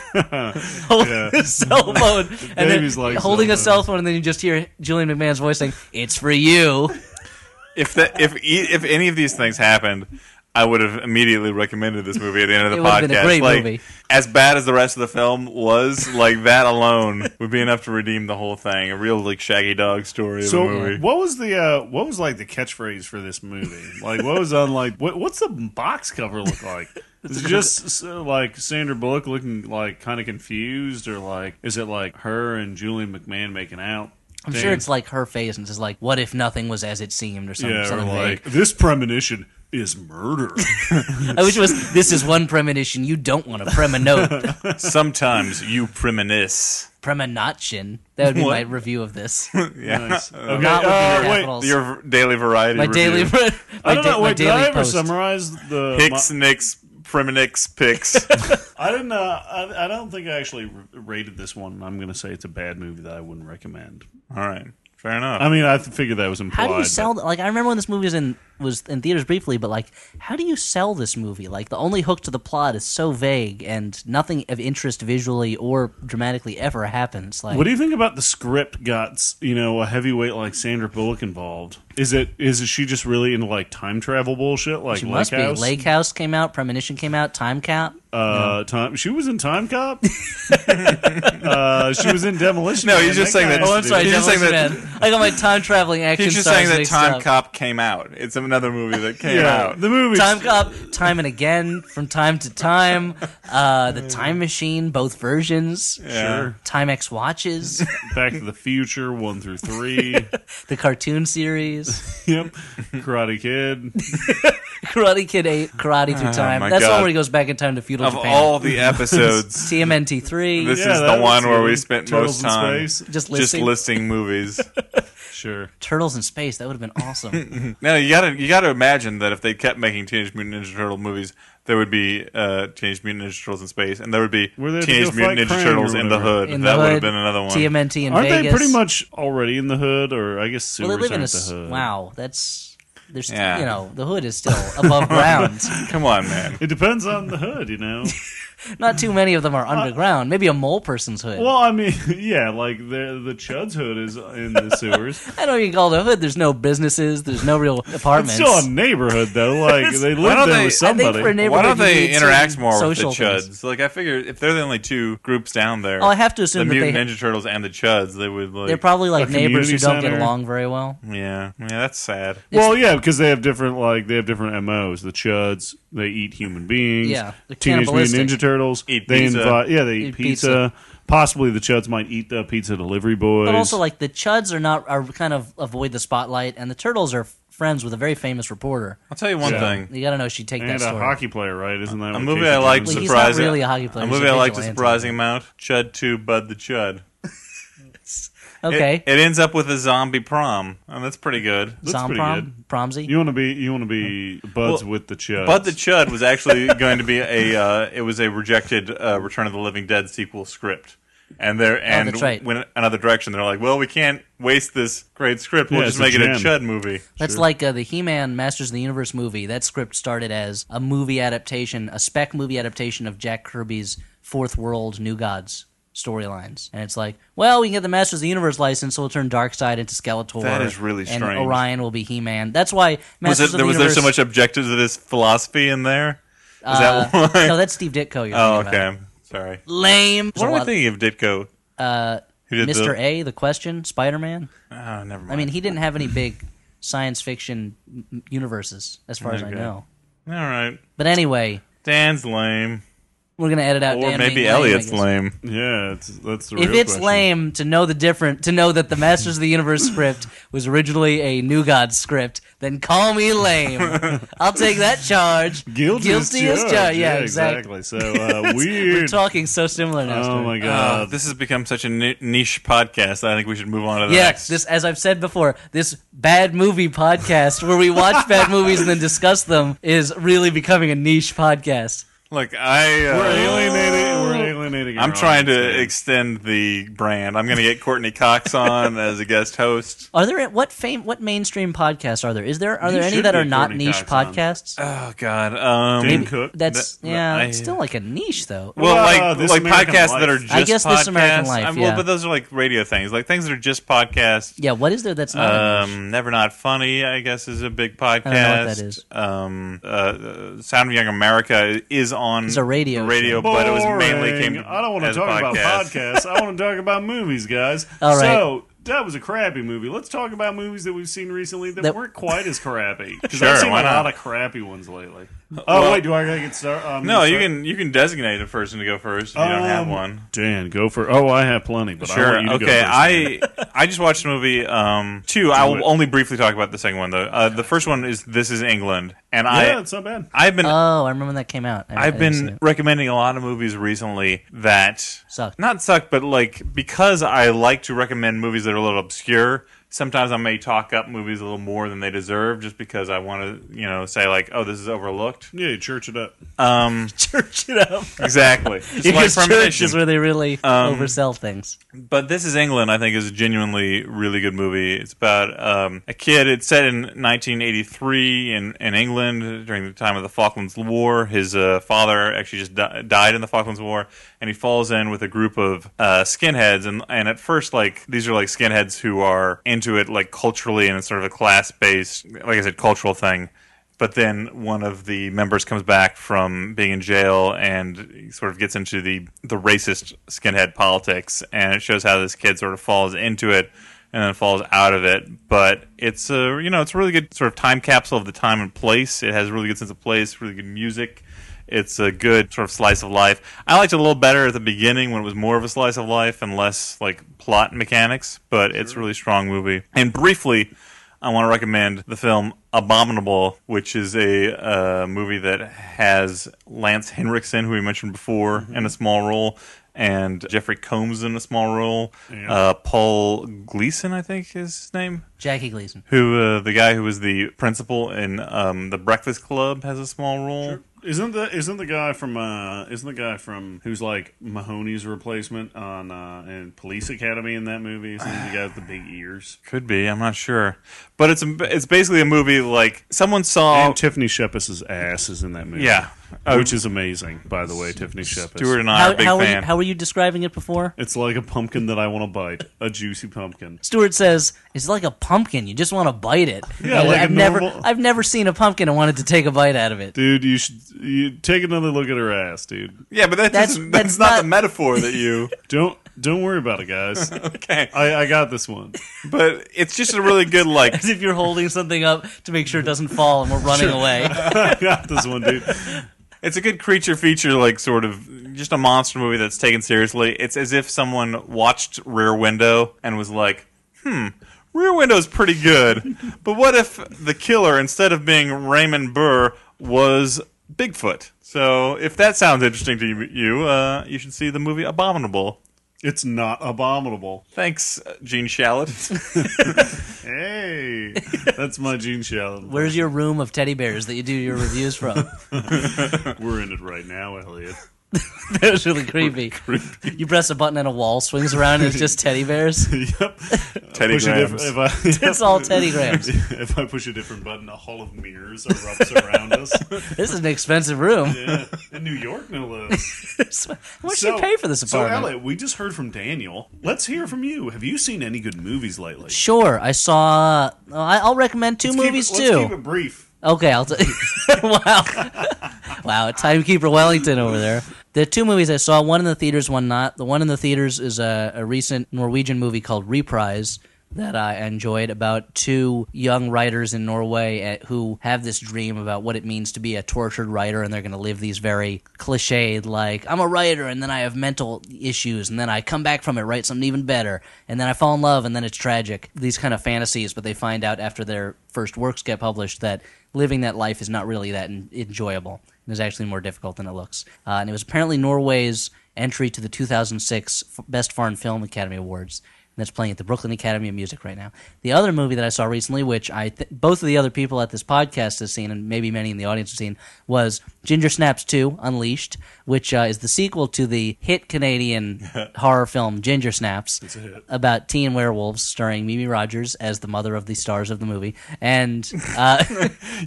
Speaker 3: holding a cell phone, and then
Speaker 2: babies like
Speaker 3: holding a
Speaker 2: cell
Speaker 3: cell phone, and then you just hear Julian McMahon's voice saying, "It's for you."
Speaker 1: If that, if e- if any of these things happened. I would have immediately recommended this movie at the end of the
Speaker 3: It
Speaker 1: podcast.
Speaker 3: would've been a great
Speaker 1: like,
Speaker 3: movie.
Speaker 1: As bad as the rest of the film was, like that alone would be enough to redeem the whole thing. A real like Shaggy Dog story of a
Speaker 2: So
Speaker 1: movie.
Speaker 2: what was the uh, what was like the catchphrase for this movie? Like what was on like what, what's the box cover look like? Is it just so, like Sandra Bullock looking like kind of confused, or like is it like her and Julian McMahon making out?
Speaker 3: I'm sure it's like her face, and it's like, "What if nothing was as it seemed?" or something.
Speaker 2: yeah, or
Speaker 3: something
Speaker 2: like
Speaker 3: vague.
Speaker 2: this premonition is murder.
Speaker 3: I wish it was. This is one premonition you don't want to premonition.
Speaker 1: Sometimes you premonice.
Speaker 3: premonition. That would be my
Speaker 1: What?
Speaker 3: review of this.
Speaker 1: Yeah.
Speaker 2: Nice. Okay,
Speaker 3: Not with
Speaker 2: uh,
Speaker 3: the
Speaker 2: wait,
Speaker 3: capitals.
Speaker 1: Your v- daily variety.
Speaker 3: my daily.
Speaker 1: review.
Speaker 3: my
Speaker 2: I don't
Speaker 3: da-
Speaker 2: know.
Speaker 3: my
Speaker 2: Wait, did
Speaker 3: daily
Speaker 2: I ever
Speaker 3: post.
Speaker 2: summarize the?
Speaker 1: Hicks, Nicks, Priminix, Picks.
Speaker 2: I didn't. Uh, I, I don't think I actually r- rated this one. I'm going to say it's a bad movie that I wouldn't recommend.
Speaker 1: All right. Fair enough.
Speaker 2: I mean, I figured that was implied.
Speaker 3: How do you
Speaker 2: but-
Speaker 3: sell? Like, I remember when this movie was in was in theaters briefly, but like, how do you sell this movie? Like, the only hook to the plot is so vague, and nothing of interest visually or dramatically ever happens. Like,
Speaker 2: What do you think about the script got you know a heavyweight like Sandra Bullock involved? Is it is she just really into like time travel bullshit like
Speaker 3: she
Speaker 2: Lake
Speaker 3: must
Speaker 2: House?
Speaker 3: be. Lake House came out. Premonition came out. Time Cap.
Speaker 2: uh, time she was in Time Cop. uh, she was in Demolition.
Speaker 1: No,
Speaker 2: Man.
Speaker 1: he's just saying
Speaker 2: guy
Speaker 1: that-
Speaker 2: has
Speaker 3: Oh,
Speaker 2: to
Speaker 3: I'm
Speaker 2: do-
Speaker 3: sorry,
Speaker 1: He's just
Speaker 3: Demolition
Speaker 1: saying
Speaker 3: Man. I got my time traveling action.
Speaker 1: He's just
Speaker 3: stars
Speaker 1: saying that
Speaker 3: mixed
Speaker 1: Time
Speaker 3: up.
Speaker 1: Cop came out. It's another movie that came
Speaker 2: Yeah,
Speaker 1: out.
Speaker 2: the movie.
Speaker 3: Time Cop, time and again, from time to time. Uh, the Time Machine, both versions.
Speaker 1: Yeah.
Speaker 2: Sure.
Speaker 3: Time X Watches,
Speaker 2: Back to the Future one through three.
Speaker 3: the cartoon series,
Speaker 2: yep. Karate Kid.
Speaker 3: Karate Kid 8, Karate Through Time.
Speaker 1: Oh my
Speaker 3: That's the
Speaker 1: God.
Speaker 3: one where he goes back in time to feudal
Speaker 1: Of
Speaker 3: Japan.
Speaker 1: all the episodes,
Speaker 3: TMNT 3.
Speaker 1: this
Speaker 2: Yeah,
Speaker 1: is
Speaker 2: that was
Speaker 1: the one where
Speaker 2: good.
Speaker 1: we spent
Speaker 2: Turtles
Speaker 1: most
Speaker 2: in
Speaker 1: time
Speaker 2: Space.
Speaker 3: Just
Speaker 1: listing.
Speaker 3: listing.
Speaker 1: movies.
Speaker 2: Sure.
Speaker 3: Turtles in Space. That would have been awesome.
Speaker 1: no, you gotta you gotta imagine that if they kept making Teenage Mutant Ninja Turtle movies, there would be uh, Teenage Mutant Ninja Turtles in space, and there would be
Speaker 2: Where they had to
Speaker 1: Teenage
Speaker 2: go fight
Speaker 1: Mutant Ninja
Speaker 2: crime or
Speaker 1: Turtles in the
Speaker 2: whatever.
Speaker 1: hood.
Speaker 3: In
Speaker 1: that
Speaker 3: the
Speaker 1: would
Speaker 3: hood,
Speaker 1: have been another one.
Speaker 3: TMNT in
Speaker 2: Aren't
Speaker 3: Vegas.
Speaker 2: they pretty much already in the hood, or I guess
Speaker 3: Well,
Speaker 2: sewers
Speaker 3: they live in a.
Speaker 2: aren't the
Speaker 3: s-
Speaker 2: hood?
Speaker 3: Wow, that's. There's,
Speaker 1: Yeah.
Speaker 3: you know, the hood is still above ground.
Speaker 1: Come on, man.
Speaker 2: It depends on the hood, you know.
Speaker 3: Not too many of them are underground. Maybe a mole person's hood.
Speaker 2: Uh, Well, I mean, yeah, like the the Chud's hood is in the sewers.
Speaker 3: I know you call it a hood. There's no businesses. There's no real
Speaker 2: It's
Speaker 3: apartments.
Speaker 2: still a neighborhood though. Like they live
Speaker 1: don't
Speaker 2: there
Speaker 1: they-
Speaker 2: with
Speaker 1: I
Speaker 3: I think
Speaker 2: somebody.
Speaker 3: for a
Speaker 1: Why
Speaker 3: neighborhood,
Speaker 1: don't
Speaker 3: you
Speaker 1: they
Speaker 3: need
Speaker 1: interact
Speaker 3: certain
Speaker 1: more with the
Speaker 3: social
Speaker 1: Chuds?
Speaker 3: things.
Speaker 1: Like I figure, if they're the only two groups down there,
Speaker 3: Oh, I have to assume
Speaker 1: the
Speaker 3: that they
Speaker 1: Mutant Ninja Turtles and the Chuds, they would like.
Speaker 3: They're probably like
Speaker 2: A
Speaker 3: neighbors
Speaker 2: community
Speaker 3: who don't get
Speaker 2: center.
Speaker 3: along very well.
Speaker 1: yeah, yeah, that's sad.
Speaker 2: well, yeah, because they have different like they have different MOs. The Chuds, they eat human beings.
Speaker 3: Yeah, they're
Speaker 2: Teenage Mutant
Speaker 3: cannibalistic.
Speaker 2: Ninja Turtles.
Speaker 1: Eat
Speaker 2: they
Speaker 1: pizza.
Speaker 2: invite. Yeah, they eat,
Speaker 3: Eat
Speaker 2: pizza. Possibly the Chuds might eat the pizza delivery boys.
Speaker 3: But also, like the Chuds are not are kind of avoid the spotlight, and the Turtles are f- friends with a very famous reporter.
Speaker 1: I'll tell you one
Speaker 2: Yeah.
Speaker 1: thing.
Speaker 3: You got to know she take
Speaker 2: and
Speaker 3: that
Speaker 2: a
Speaker 3: story.
Speaker 2: hockey player, right? Isn't that
Speaker 1: A
Speaker 2: what
Speaker 1: movie
Speaker 2: Casey
Speaker 1: I liked
Speaker 2: Jones
Speaker 3: Well,
Speaker 2: is?
Speaker 3: he's not
Speaker 1: surprising.
Speaker 3: really a hockey player,
Speaker 1: A
Speaker 3: he's a
Speaker 1: movie I liked a
Speaker 3: vigilante.
Speaker 1: surprising amount. Chud Two, Bud the Chud. It-
Speaker 3: okay,
Speaker 1: It, ends up with a zombie prom, and that's pretty good.
Speaker 2: that's
Speaker 3: Zom
Speaker 2: pretty
Speaker 3: prom, promsy.
Speaker 2: You want to be you want to be buds
Speaker 1: Well,
Speaker 2: with the Chuds.
Speaker 1: Bud the Chud was actually going to be a. Uh, it was a rejected uh, Return of the Living Dead sequel script. and they're and
Speaker 3: Oh, that's right.
Speaker 1: went another direction. They're like, well, we can't waste this great script. We'll
Speaker 2: Yeah,
Speaker 1: just
Speaker 2: it's
Speaker 1: make
Speaker 2: a
Speaker 1: it a
Speaker 2: jam.
Speaker 1: chud movie.
Speaker 3: That's like uh, the He-Man Masters of the Universe movie. That script started as a movie adaptation, a spec movie adaptation of Jack Kirby's Fourth World New Gods storylines. And it's like, well, we can get the Masters of the Universe license, so we'll turn Darkseid into Skeletor.
Speaker 1: That is really
Speaker 3: and
Speaker 1: strange.
Speaker 3: Orion will be He-Man. That's why
Speaker 1: Was,
Speaker 3: Masters
Speaker 1: it,
Speaker 3: of the
Speaker 1: was there
Speaker 3: Universe.
Speaker 1: so much objective to this philosophy in there? Is that
Speaker 3: uh,
Speaker 1: why?
Speaker 3: no, that's Steve Ditko. You're
Speaker 1: oh,
Speaker 3: thinking about.
Speaker 1: okay. Sorry.
Speaker 3: Lame. There's
Speaker 1: What
Speaker 3: a
Speaker 1: am I
Speaker 3: lot-
Speaker 1: thinking of Ditko? Uh, Who did
Speaker 3: Mr.
Speaker 1: The,
Speaker 3: A, the question, Spider-Man.
Speaker 1: oh, never mind.
Speaker 3: I mean, he didn't have any big science fiction m- m- universes, as far as I
Speaker 1: Okay.
Speaker 3: know.
Speaker 1: all right.
Speaker 3: But anyway,
Speaker 1: Dan's lame,
Speaker 3: we're gonna edit out.
Speaker 1: or
Speaker 3: Dan
Speaker 1: maybe
Speaker 3: being lame, I
Speaker 1: Elliot's
Speaker 3: guess.
Speaker 1: lame.
Speaker 2: Yeah, it's, that's the
Speaker 3: If
Speaker 2: real
Speaker 3: it's
Speaker 2: question.
Speaker 3: lame to know the different, to know that the Masters of the Universe script was originally a New God script, then call me lame. I'll take that charge.
Speaker 2: Guilty,
Speaker 3: Guilty as charged. Yeah, exactly.
Speaker 2: exactly. So uh,
Speaker 3: We're
Speaker 2: weird.
Speaker 3: talking so similar now.
Speaker 2: oh
Speaker 3: Stuart.
Speaker 2: my god.
Speaker 1: Uh, this has become such a ni- niche podcast. that I think we should move on to the
Speaker 3: Yeah,
Speaker 1: next.
Speaker 3: this as I've said before, this bad movie podcast where we watch bad movies and then discuss them is really becoming a niche podcast.
Speaker 1: Look, I uh,
Speaker 2: We're alienating. We're alienating.
Speaker 1: I'm
Speaker 2: our
Speaker 1: trying
Speaker 2: audience,
Speaker 1: to
Speaker 2: man.
Speaker 1: extend the brand. I'm going to get Courtney Cox on as a guest host.
Speaker 3: Are there what fame what mainstream podcasts are there? Is there are
Speaker 2: You
Speaker 3: there any
Speaker 2: should
Speaker 3: that
Speaker 2: be
Speaker 3: are not
Speaker 2: Courtney Cox
Speaker 3: niche
Speaker 2: on.
Speaker 3: podcasts?
Speaker 1: Oh God. Um,
Speaker 2: Dane Cook.
Speaker 3: That's
Speaker 1: that-
Speaker 3: yeah,
Speaker 1: I-
Speaker 3: it's still like a niche though.
Speaker 2: Well,
Speaker 1: well, like
Speaker 2: This
Speaker 1: like
Speaker 2: American
Speaker 1: podcasts
Speaker 2: Life.
Speaker 1: that are just
Speaker 3: I guess
Speaker 1: podcasts.
Speaker 3: This American Life,
Speaker 1: I'm-
Speaker 3: yeah.
Speaker 1: Well, but those are like radio things, like things that are just podcasts.
Speaker 3: yeah, what is there that's not a niche?
Speaker 1: Um, Never Not Funny, I guess, is a big podcast.
Speaker 3: don't know what that is.
Speaker 1: Um, uh, uh, Sound of Young America is on
Speaker 3: It's a radio
Speaker 1: radio,
Speaker 3: show.
Speaker 1: but it was mainly
Speaker 2: Boring.
Speaker 1: came. To,
Speaker 2: I don't want to
Speaker 1: as a
Speaker 2: talk about
Speaker 1: podcast.
Speaker 2: podcasts. I want to talk about movies, guys.
Speaker 3: All right.
Speaker 2: So that was a crappy movie. Let's talk about movies that we've seen recently that,
Speaker 3: That-
Speaker 2: weren't quite as crappy. Because
Speaker 1: Sure,
Speaker 2: I've seen
Speaker 1: why
Speaker 2: a lot
Speaker 1: not?
Speaker 2: of crappy ones lately. Oh
Speaker 1: Well-
Speaker 2: wait, do I gotta get started? Um,
Speaker 1: No, you
Speaker 2: sorry.
Speaker 1: can you can designate a person to go first if you don't have
Speaker 2: Um,
Speaker 1: one.
Speaker 2: Dan, go for. Oh, I have plenty, but I
Speaker 1: Sure.
Speaker 2: want you to go
Speaker 1: okay.
Speaker 2: first.
Speaker 1: I I just watched a movie. Um, two. I
Speaker 2: it.
Speaker 1: will only briefly talk about the second one though. Uh, the first one is This Is England, and
Speaker 2: yeah,
Speaker 1: I
Speaker 2: it's not bad.
Speaker 1: I've been
Speaker 3: Oh, I remember when that came out. I, I
Speaker 1: I've
Speaker 3: didn't see
Speaker 1: been
Speaker 3: it.
Speaker 1: recommending a lot of movies recently that
Speaker 3: Suck.
Speaker 1: Not suck, but like because I like to recommend movies that are a little obscure. Sometimes I may talk up movies a little more than they deserve, just because I want to, you know, say like, "Oh, this is overlooked."
Speaker 2: Yeah, church it up.
Speaker 1: Um,
Speaker 3: church it up.
Speaker 1: exactly. Just like
Speaker 3: Because church
Speaker 1: Premonition.
Speaker 3: is where they really
Speaker 1: Um,
Speaker 3: oversell things.
Speaker 1: But This Is England, I think, is a genuinely really good movie. It's about um, a kid. It's set in 1983 in, in England during the time of the Falklands War. His uh, father actually just di- died in the Falklands War, and he falls in with a group of uh, skinheads. And, and at first, like, these are like skinheads who are into it, like, culturally, and it's sort of a class based, like I said, cultural thing. But then one of the members comes back from being in jail and he sort of gets into the, the racist skinhead politics, and it shows how this kid sort of falls into it and then falls out of it. But it's a you know it's a really good sort of time capsule of the time and place. It has a really good sense of place, really good music. It's a good sort of slice of life. I liked it a little better at the beginning when it was more of a slice of life and less like plot mechanics. But it's a really strong movie. And briefly, I want to recommend the film Abominable, which is a uh, movie that has Lance Henriksen, who we mentioned before, in a small role, and Jeffrey Combs in a small role. Uh, Paul Gleason, I think, is his name
Speaker 3: Jackie Gleason.
Speaker 1: who uh, the guy who was the principal in um, the Breakfast Club has a small role.
Speaker 2: Isn't the isn't the guy from uh isn't the guy from who's like Mahoney's replacement on uh in Police Academy in that movie? Isn't he the guy with the big ears?
Speaker 1: Could be, I'm not sure, but it's a, it's basically a movie like someone saw.
Speaker 2: And Tiffany Sheppes's ass is in that movie.
Speaker 1: Oh. yeah, uh,
Speaker 2: Which is amazing, by the way, Tiffany Sheppes.
Speaker 1: Stuart and I are
Speaker 3: How,
Speaker 1: big
Speaker 3: how, were you,
Speaker 1: fan.
Speaker 3: how were you describing it before?
Speaker 2: It's like a pumpkin that I want to bite. A juicy pumpkin.
Speaker 3: Stuart says it's like a pumpkin. You just want to bite it.
Speaker 2: Yeah,
Speaker 3: And
Speaker 2: like a
Speaker 3: I've never,
Speaker 2: normal-
Speaker 3: I've never seen a pumpkin and wanted to take a bite out of it.
Speaker 2: Dude, you should you take another look at her ass, dude.
Speaker 1: yeah, but that
Speaker 3: That's-
Speaker 1: doesn't-
Speaker 3: that's
Speaker 1: that's not,
Speaker 3: not-
Speaker 1: the metaphor that you.
Speaker 2: Don't don't worry about it, guys.
Speaker 1: okay,
Speaker 2: I, I got this one.
Speaker 1: but it's just a really good like.
Speaker 3: As if you're holding something up to make sure it doesn't fall and we're running away.
Speaker 2: I got this one, dude.
Speaker 1: It's a good creature feature, like sort of just a monster movie that's taken seriously. It's as if someone watched Rear Window and was like, hmm, Rear Window's pretty good. but what if the killer, instead of being Raymond Burr, was Bigfoot? So if that sounds interesting to you, you, uh, you should see the movie Abominable.
Speaker 2: It's not abominable.
Speaker 1: Thanks, uh, Gene Shalit.
Speaker 2: Hey, that's my Gene Shalit.
Speaker 3: Where's your room of teddy bears that you do your reviews from?
Speaker 2: We're in it right now, Elliot.
Speaker 3: that was really creepy. You press a button and a wall swings around and it's just teddy bears.
Speaker 2: yep.
Speaker 1: Teddy
Speaker 2: Push a diff-
Speaker 1: Grahams.
Speaker 2: if I,
Speaker 3: It's all Teddy Grahams.
Speaker 2: If I push a different button, a hall of mirrors erupts around us.
Speaker 3: This is an expensive room.
Speaker 2: Yeah. In New York, no less.
Speaker 3: How much do you pay for this
Speaker 2: So,
Speaker 3: apartment?
Speaker 2: Elliot, we just heard from Daniel. Let's hear from you. Have you seen any good movies lately?
Speaker 3: sure, I saw. oh, I- I'll recommend 2
Speaker 2: Let's keep
Speaker 3: movies
Speaker 2: it-
Speaker 3: too.
Speaker 2: Let's keep it brief.
Speaker 3: Okay, I'll tell wow. wow, timekeeper Wellington over there. The two movies I saw, one in the theaters, one not. The one in the theaters is a, a recent Norwegian movie called Reprise that I enjoyed about two young writers in Norway at, who have this dream about what it means to be a tortured writer and they're going to live these very cliched like I'm a writer and then I have mental issues and then I come back from it write something even better and then I fall in love and then it's tragic these kind of fantasies but they find out after their first works get published that living that life is not really that en- enjoyable and is actually more difficult than it looks. Uh, and it was apparently Norway's entry to the 2006 F- Best Foreign Film Academy Awards. And that's playing at the Brooklyn Academy of Music right now. The other movie that I saw recently, which I th- both of the other people at this podcast have seen, and maybe many in the audience have seen, was Ginger Snaps 2 Unleashed, which uh, is the sequel to the hit Canadian horror film Ginger Snaps about teen werewolves, starring Mimi Rogers as the mother of the stars of the movie. And uh,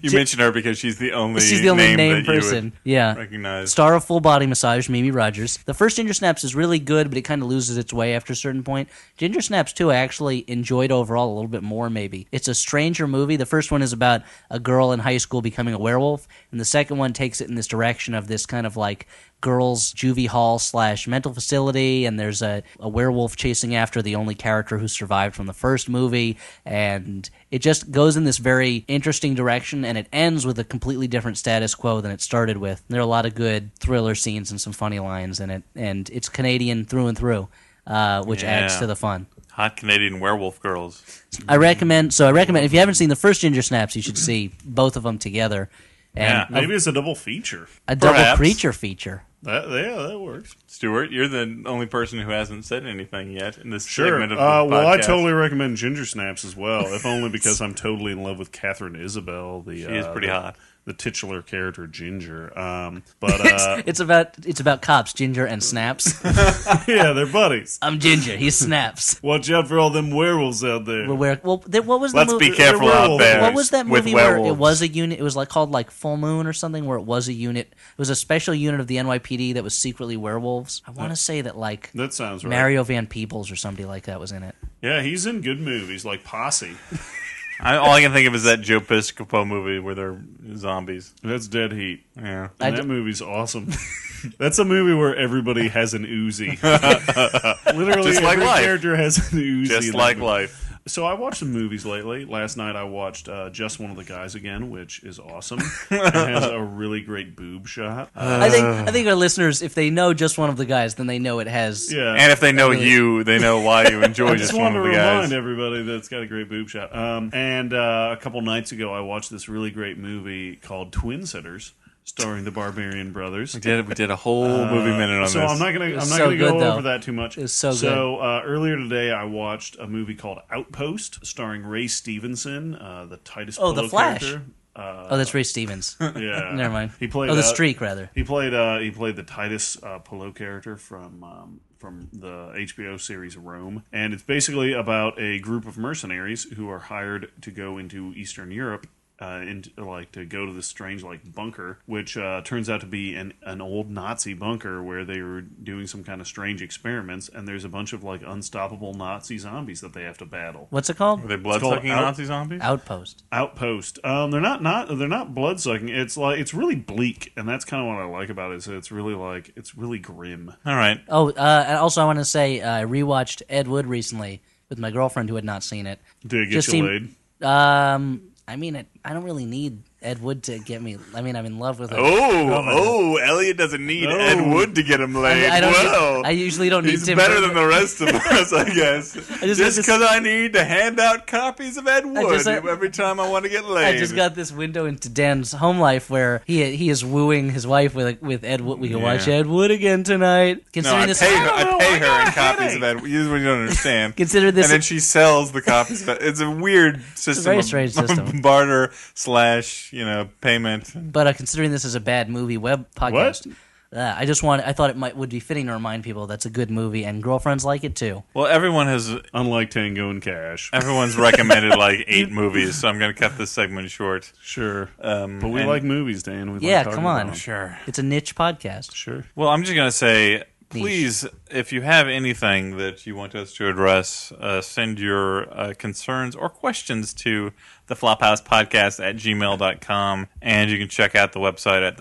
Speaker 1: You mentioned her because she's the only
Speaker 3: She's the only
Speaker 1: name
Speaker 3: named
Speaker 1: that you would
Speaker 3: person. Yeah.
Speaker 1: recognize.
Speaker 3: Star of Full Body Massage, Mimi Rogers. The first Ginger Snaps is really good, but it kind of loses its way after a certain point. Ginger Snaps 2, I actually enjoyed overall a little bit more, maybe. It's a stranger movie. The first one is about a girl in high school becoming a werewolf, and the second one takes it in this direction of this kind of like girls' juvie hall slash mental facility, and there's a, a werewolf chasing after the only character who survived from the first movie, and it just goes in this very interesting direction, and it ends with a completely different status quo than it started with. There are a lot of good thriller scenes and some funny lines in it, and it's Canadian through and through, uh, which adds
Speaker 1: Yeah.
Speaker 3: to the fun.
Speaker 1: Hot Canadian werewolf girls.
Speaker 3: I recommend. So I recommend if you haven't seen the first Ginger Snaps, you should see both of them together, and
Speaker 1: Yeah.
Speaker 2: Maybe it's a double feature.
Speaker 3: a, a double
Speaker 1: Perhaps.
Speaker 3: creature feature.
Speaker 2: That, yeah, that works.
Speaker 1: Stuart, you're the only person who hasn't said anything yet in this
Speaker 2: Sure.
Speaker 1: segment of the
Speaker 2: Uh, well, I
Speaker 1: podcast.
Speaker 2: totally recommend Ginger Snaps as well, if only because I'm totally in love with Catherine Isabel. The
Speaker 1: She is
Speaker 2: uh,
Speaker 1: pretty
Speaker 2: the-
Speaker 1: hot.
Speaker 2: The titular character Ginger. Um, but uh,
Speaker 3: It's about it's about cops, Ginger and Snaps.
Speaker 2: yeah, they're buddies.
Speaker 3: I'm Ginger. He snaps.
Speaker 2: Watch out for all them werewolves out there.
Speaker 3: Well, where, well th- what was
Speaker 1: Let's
Speaker 3: the
Speaker 1: be
Speaker 3: movie?
Speaker 1: careful
Speaker 2: They're
Speaker 1: out
Speaker 2: werewolves.
Speaker 1: there.
Speaker 3: What was that
Speaker 1: with
Speaker 3: movie where it
Speaker 1: werewolves.
Speaker 3: was a unit? It was like called like Full Moon or something, where it was a unit. It was a special unit of the NYPD that was secretly werewolves. I want to say that like
Speaker 2: That sounds right.
Speaker 3: Mario Van Peebles or somebody like that was in it.
Speaker 2: Yeah, he's in good movies like Posse.
Speaker 1: I, all I can think of is that Joe Piscopo movie where they're zombies.
Speaker 2: That's Dead Heat.
Speaker 1: Yeah.
Speaker 2: And
Speaker 3: I
Speaker 2: that
Speaker 3: d-
Speaker 2: movie's awesome. That's a movie where everybody has an Uzi. Literally,
Speaker 1: Just like
Speaker 2: every
Speaker 1: life.
Speaker 2: character has an Uzi. in
Speaker 1: Just
Speaker 2: that
Speaker 1: like
Speaker 2: movie.
Speaker 1: life.
Speaker 2: So I watched some movies lately. Last night I watched uh, Just One of the Guys again, which is awesome. it has a really great boob shot. Uh,
Speaker 3: I think I think our listeners, if they know just one of the guys, then they know it has.
Speaker 2: yeah.
Speaker 1: And if they know you, they know why you enjoy
Speaker 2: I just
Speaker 1: just, one
Speaker 2: wanted
Speaker 1: of
Speaker 2: to
Speaker 1: the
Speaker 2: remind
Speaker 1: guys.
Speaker 2: everybody that it's got a great boob shot. Um, and uh, a couple nights ago, I watched this really great movie called Twin Sitters, starring the Barbarian Brothers.
Speaker 1: We did, we did a whole movie minute on
Speaker 2: Uh, so
Speaker 1: this.
Speaker 2: I'm not gonna I'm not
Speaker 3: was so
Speaker 2: gonna go
Speaker 3: good, though.
Speaker 2: over that too much.
Speaker 3: was so
Speaker 2: So uh, earlier today, I watched a movie called Outpost, starring Ray Stevenson, uh, the Titus.
Speaker 3: Oh, The
Speaker 2: Pillow
Speaker 3: Flash.
Speaker 2: Character.
Speaker 3: Oh, that's Ray Stevens.
Speaker 2: Yeah,
Speaker 3: Never mind.
Speaker 2: He played
Speaker 3: Oh, the
Speaker 2: uh,
Speaker 3: streak rather.
Speaker 2: He played uh, he played the Titus uh, Pillow character from um, from the HBO series Rome, and it's basically about a group of mercenaries who are hired to go into Eastern Europe. Uh, and like to go to this strange like bunker, which uh, turns out to be an an old Nazi bunker where they were doing some kind of strange experiments, and there's a bunch of like unstoppable Nazi zombies that they have to battle.
Speaker 3: What's it called?
Speaker 1: Were they blood sucking
Speaker 2: out-
Speaker 1: Nazi zombies?
Speaker 3: Outpost.
Speaker 2: Outpost. Um, they're not not they're not bloodsucking. It's like it's really bleak, and that's kind of what I like about it. So it's really like it's really grim.
Speaker 1: All right.
Speaker 3: Oh, uh, and also I want to say uh, I rewatched Ed Wood recently with my girlfriend who had not seen it.
Speaker 2: Did it get
Speaker 3: Just
Speaker 2: you
Speaker 3: seem-
Speaker 2: laid?
Speaker 3: Um, I mean, it, I don't really need Ed Wood to get me. I mean, I'm in love with him.
Speaker 1: Oh, oh, Elliot doesn't need
Speaker 2: No.
Speaker 1: Ed Wood to get him laid.
Speaker 3: I don't.
Speaker 1: well,
Speaker 3: I usually don't need
Speaker 1: he's
Speaker 3: Tim.
Speaker 1: better
Speaker 3: Burton.
Speaker 1: than the rest of us, I guess.
Speaker 3: just-
Speaker 1: just
Speaker 3: I just-
Speaker 1: because I need to hand out copies of Ed Wood
Speaker 3: just- I-
Speaker 1: every time I want to get laid.
Speaker 3: I just got this window into Dan's home life where he he is wooing his wife with with Ed Wood. We can watch
Speaker 1: Yeah.
Speaker 3: Ed Wood again tonight.
Speaker 1: no,
Speaker 3: Considering
Speaker 1: I
Speaker 3: this,
Speaker 1: pay her. I
Speaker 2: don't know,
Speaker 1: pay
Speaker 2: I
Speaker 1: her
Speaker 2: got
Speaker 1: in
Speaker 2: a
Speaker 1: copies
Speaker 2: headache.
Speaker 1: of Ed. You don't understand.
Speaker 3: consider this.
Speaker 1: and then she sells the copies. But it's a weird system.
Speaker 3: very
Speaker 1: of-
Speaker 3: strange system.
Speaker 1: barter slash, you know, payment.
Speaker 3: but uh, considering this is a bad movie web podcast. Uh, I just want. I thought it might would be fitting to remind people that's a good movie, and girlfriends like it too.
Speaker 1: Well, everyone has
Speaker 2: Unlike Tango and Cash.
Speaker 1: everyone's recommended like eight movies, so I'm going to cut this segment short.
Speaker 2: Sure.
Speaker 1: Um,
Speaker 2: but we
Speaker 1: and-
Speaker 2: like movies, Dan. We
Speaker 3: Yeah,
Speaker 2: like talking
Speaker 3: come on.
Speaker 2: about 'em.
Speaker 1: sure.
Speaker 3: It's a niche podcast.
Speaker 2: Sure.
Speaker 1: Well, I'm just going to say, please, if you have anything that you want us to address, uh, send your uh, concerns or questions to the Flophouse Podcast at gmail.com. And you can check out the website at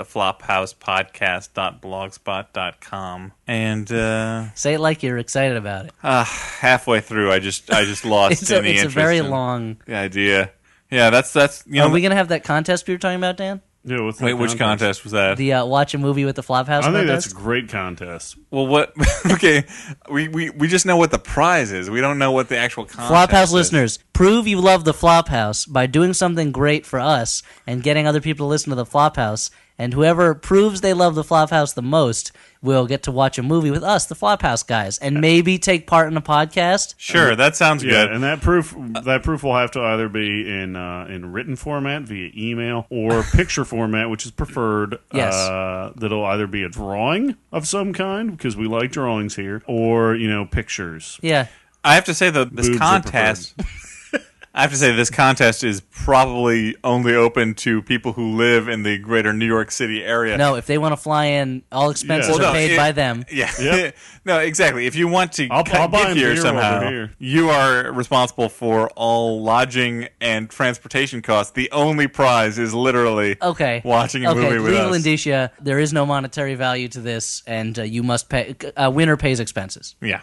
Speaker 1: theflophousepodcast.blogspot.com. And uh,
Speaker 3: Say it like you're excited about it.
Speaker 1: uh, halfway through, I just I just lost
Speaker 3: It's a,
Speaker 1: any
Speaker 3: it's a
Speaker 1: interest
Speaker 3: very
Speaker 1: in
Speaker 3: long.
Speaker 1: the idea. Yeah, that's that's you know.
Speaker 3: Are we gonna have that contest we were talking about, Dan?
Speaker 2: Yeah, what's
Speaker 1: wait,
Speaker 2: the
Speaker 1: which contest was that?
Speaker 3: The uh, watch a movie with the Flophouse.
Speaker 2: I think
Speaker 3: contest?
Speaker 2: that's a great contest.
Speaker 1: well, what? okay, we, we we just know what the prize is. We don't know what the actual contest
Speaker 3: Flophouse
Speaker 1: is.
Speaker 3: listeners, prove you love the Flophouse by doing something great for us and getting other people to listen to the Flophouse. And whoever proves they love the Flophouse the most will get to watch a movie with us, the Flophouse guys, and maybe take part in a podcast.
Speaker 1: Sure, that sounds
Speaker 2: Yeah,
Speaker 1: good.
Speaker 2: and that proof that proof will have to either be in uh, in written format via email or picture format, which is preferred.
Speaker 3: Yes.
Speaker 2: uh, that'll either be a drawing of some kind because we like drawings here, or you know pictures.
Speaker 3: Yeah.
Speaker 1: I have to say though, this
Speaker 2: Boobs are
Speaker 1: contest. I have to say this contest is probably only open to people who live in the greater New York City area.
Speaker 3: No, if they want to fly in, all expenses
Speaker 2: Well,
Speaker 3: are
Speaker 1: no,
Speaker 3: paid
Speaker 1: it-
Speaker 3: by them.
Speaker 1: Yeah.
Speaker 2: Yep.
Speaker 1: no, exactly. If you want to
Speaker 2: I'll-
Speaker 1: cut-
Speaker 2: I'll buy
Speaker 1: get
Speaker 2: him
Speaker 1: here
Speaker 2: beer while
Speaker 1: somehow,
Speaker 2: we're here.
Speaker 1: you are responsible for all lodging and transportation costs. The only prize is literally
Speaker 3: Okay.
Speaker 1: watching a
Speaker 3: okay.
Speaker 1: movie with
Speaker 3: Legal
Speaker 1: us.
Speaker 3: indicia. There is no monetary value to this, and uh, you must pay. Uh, winner pays expenses,
Speaker 1: yeah.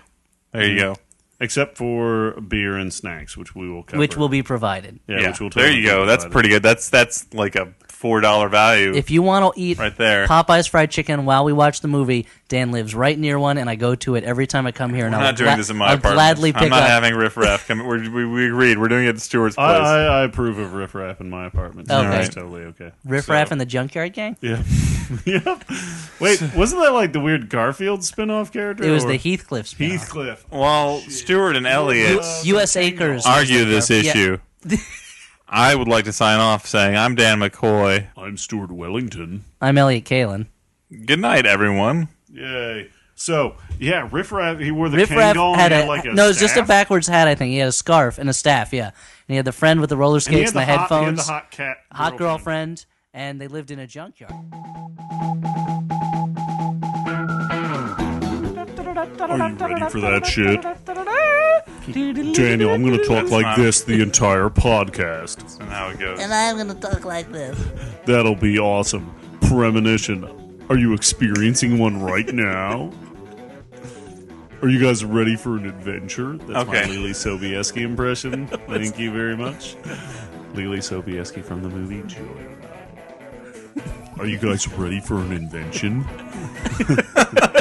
Speaker 1: There you go.
Speaker 2: Except for beer and snacks, which we will cover.
Speaker 3: which will be provided.
Speaker 2: yeah,
Speaker 1: Yeah.
Speaker 2: Which we'll
Speaker 1: there
Speaker 2: totally
Speaker 1: you go. That's
Speaker 2: provide.
Speaker 1: pretty good. That's that's like a four dollar value
Speaker 3: If you want to eat
Speaker 1: right there.
Speaker 3: Popeye's fried chicken while we watch the movie. Dan lives right near one, and I go to it every time I come here. And
Speaker 1: I'm
Speaker 3: I'll
Speaker 1: not doing
Speaker 3: gla-
Speaker 1: this in my
Speaker 3: I'll
Speaker 1: apartment.
Speaker 3: gladly pick
Speaker 1: I'm not
Speaker 3: up.
Speaker 1: having riff raff. Come, we're, we we agreed. We're doing it at the Stewart's place.
Speaker 2: I, I, I approve of riff raff in my apartment. so
Speaker 3: Okay.
Speaker 2: That's totally okay.
Speaker 3: Riff Raff
Speaker 1: so.
Speaker 3: and the Junkyard Gang.
Speaker 2: Yeah. yeah. Wait, wasn't that like the weird Garfield spin-off character?
Speaker 3: It was
Speaker 2: or-
Speaker 3: the Heathcliff spin
Speaker 2: Heathcliff.
Speaker 1: While Stewart and Elliot
Speaker 3: U.S. Acres.
Speaker 1: argue this
Speaker 3: Yeah.
Speaker 1: issue, I would like to sign off saying I'm Dan McCoy.
Speaker 2: I'm Stuart Wellington.
Speaker 3: I'm Elliot Kalin.
Speaker 1: Good night, everyone.
Speaker 2: Yay. So, yeah, Riff Raff, he wore the
Speaker 3: Riff Raff
Speaker 2: Kangol and
Speaker 3: had
Speaker 2: he
Speaker 3: a,
Speaker 2: had like a
Speaker 3: no, it was just a
Speaker 2: staff.
Speaker 3: backwards hat. I think he had a scarf and a staff. Yeah, and he had the friend with the roller
Speaker 2: And he
Speaker 3: skates
Speaker 2: had
Speaker 3: and
Speaker 2: the,
Speaker 3: the,
Speaker 2: hot, he had
Speaker 3: headphones.
Speaker 2: the hot cat.
Speaker 3: hot girlfriend, and they lived in a junkyard.
Speaker 2: Are you ready for that shit? Daniel, I'm going to talk like this the entire podcast.
Speaker 1: And how it goes.
Speaker 4: And I'm gonna talk like this.
Speaker 2: That'll be awesome. Premonition. Are you experiencing one right now? Are you guys ready for an adventure? That's
Speaker 1: Okay.
Speaker 2: my Lily Sobieski impression. Thank you very much. Lily Sobieski from the movie Joy. Are you guys ready for an invention?
Speaker 1: um,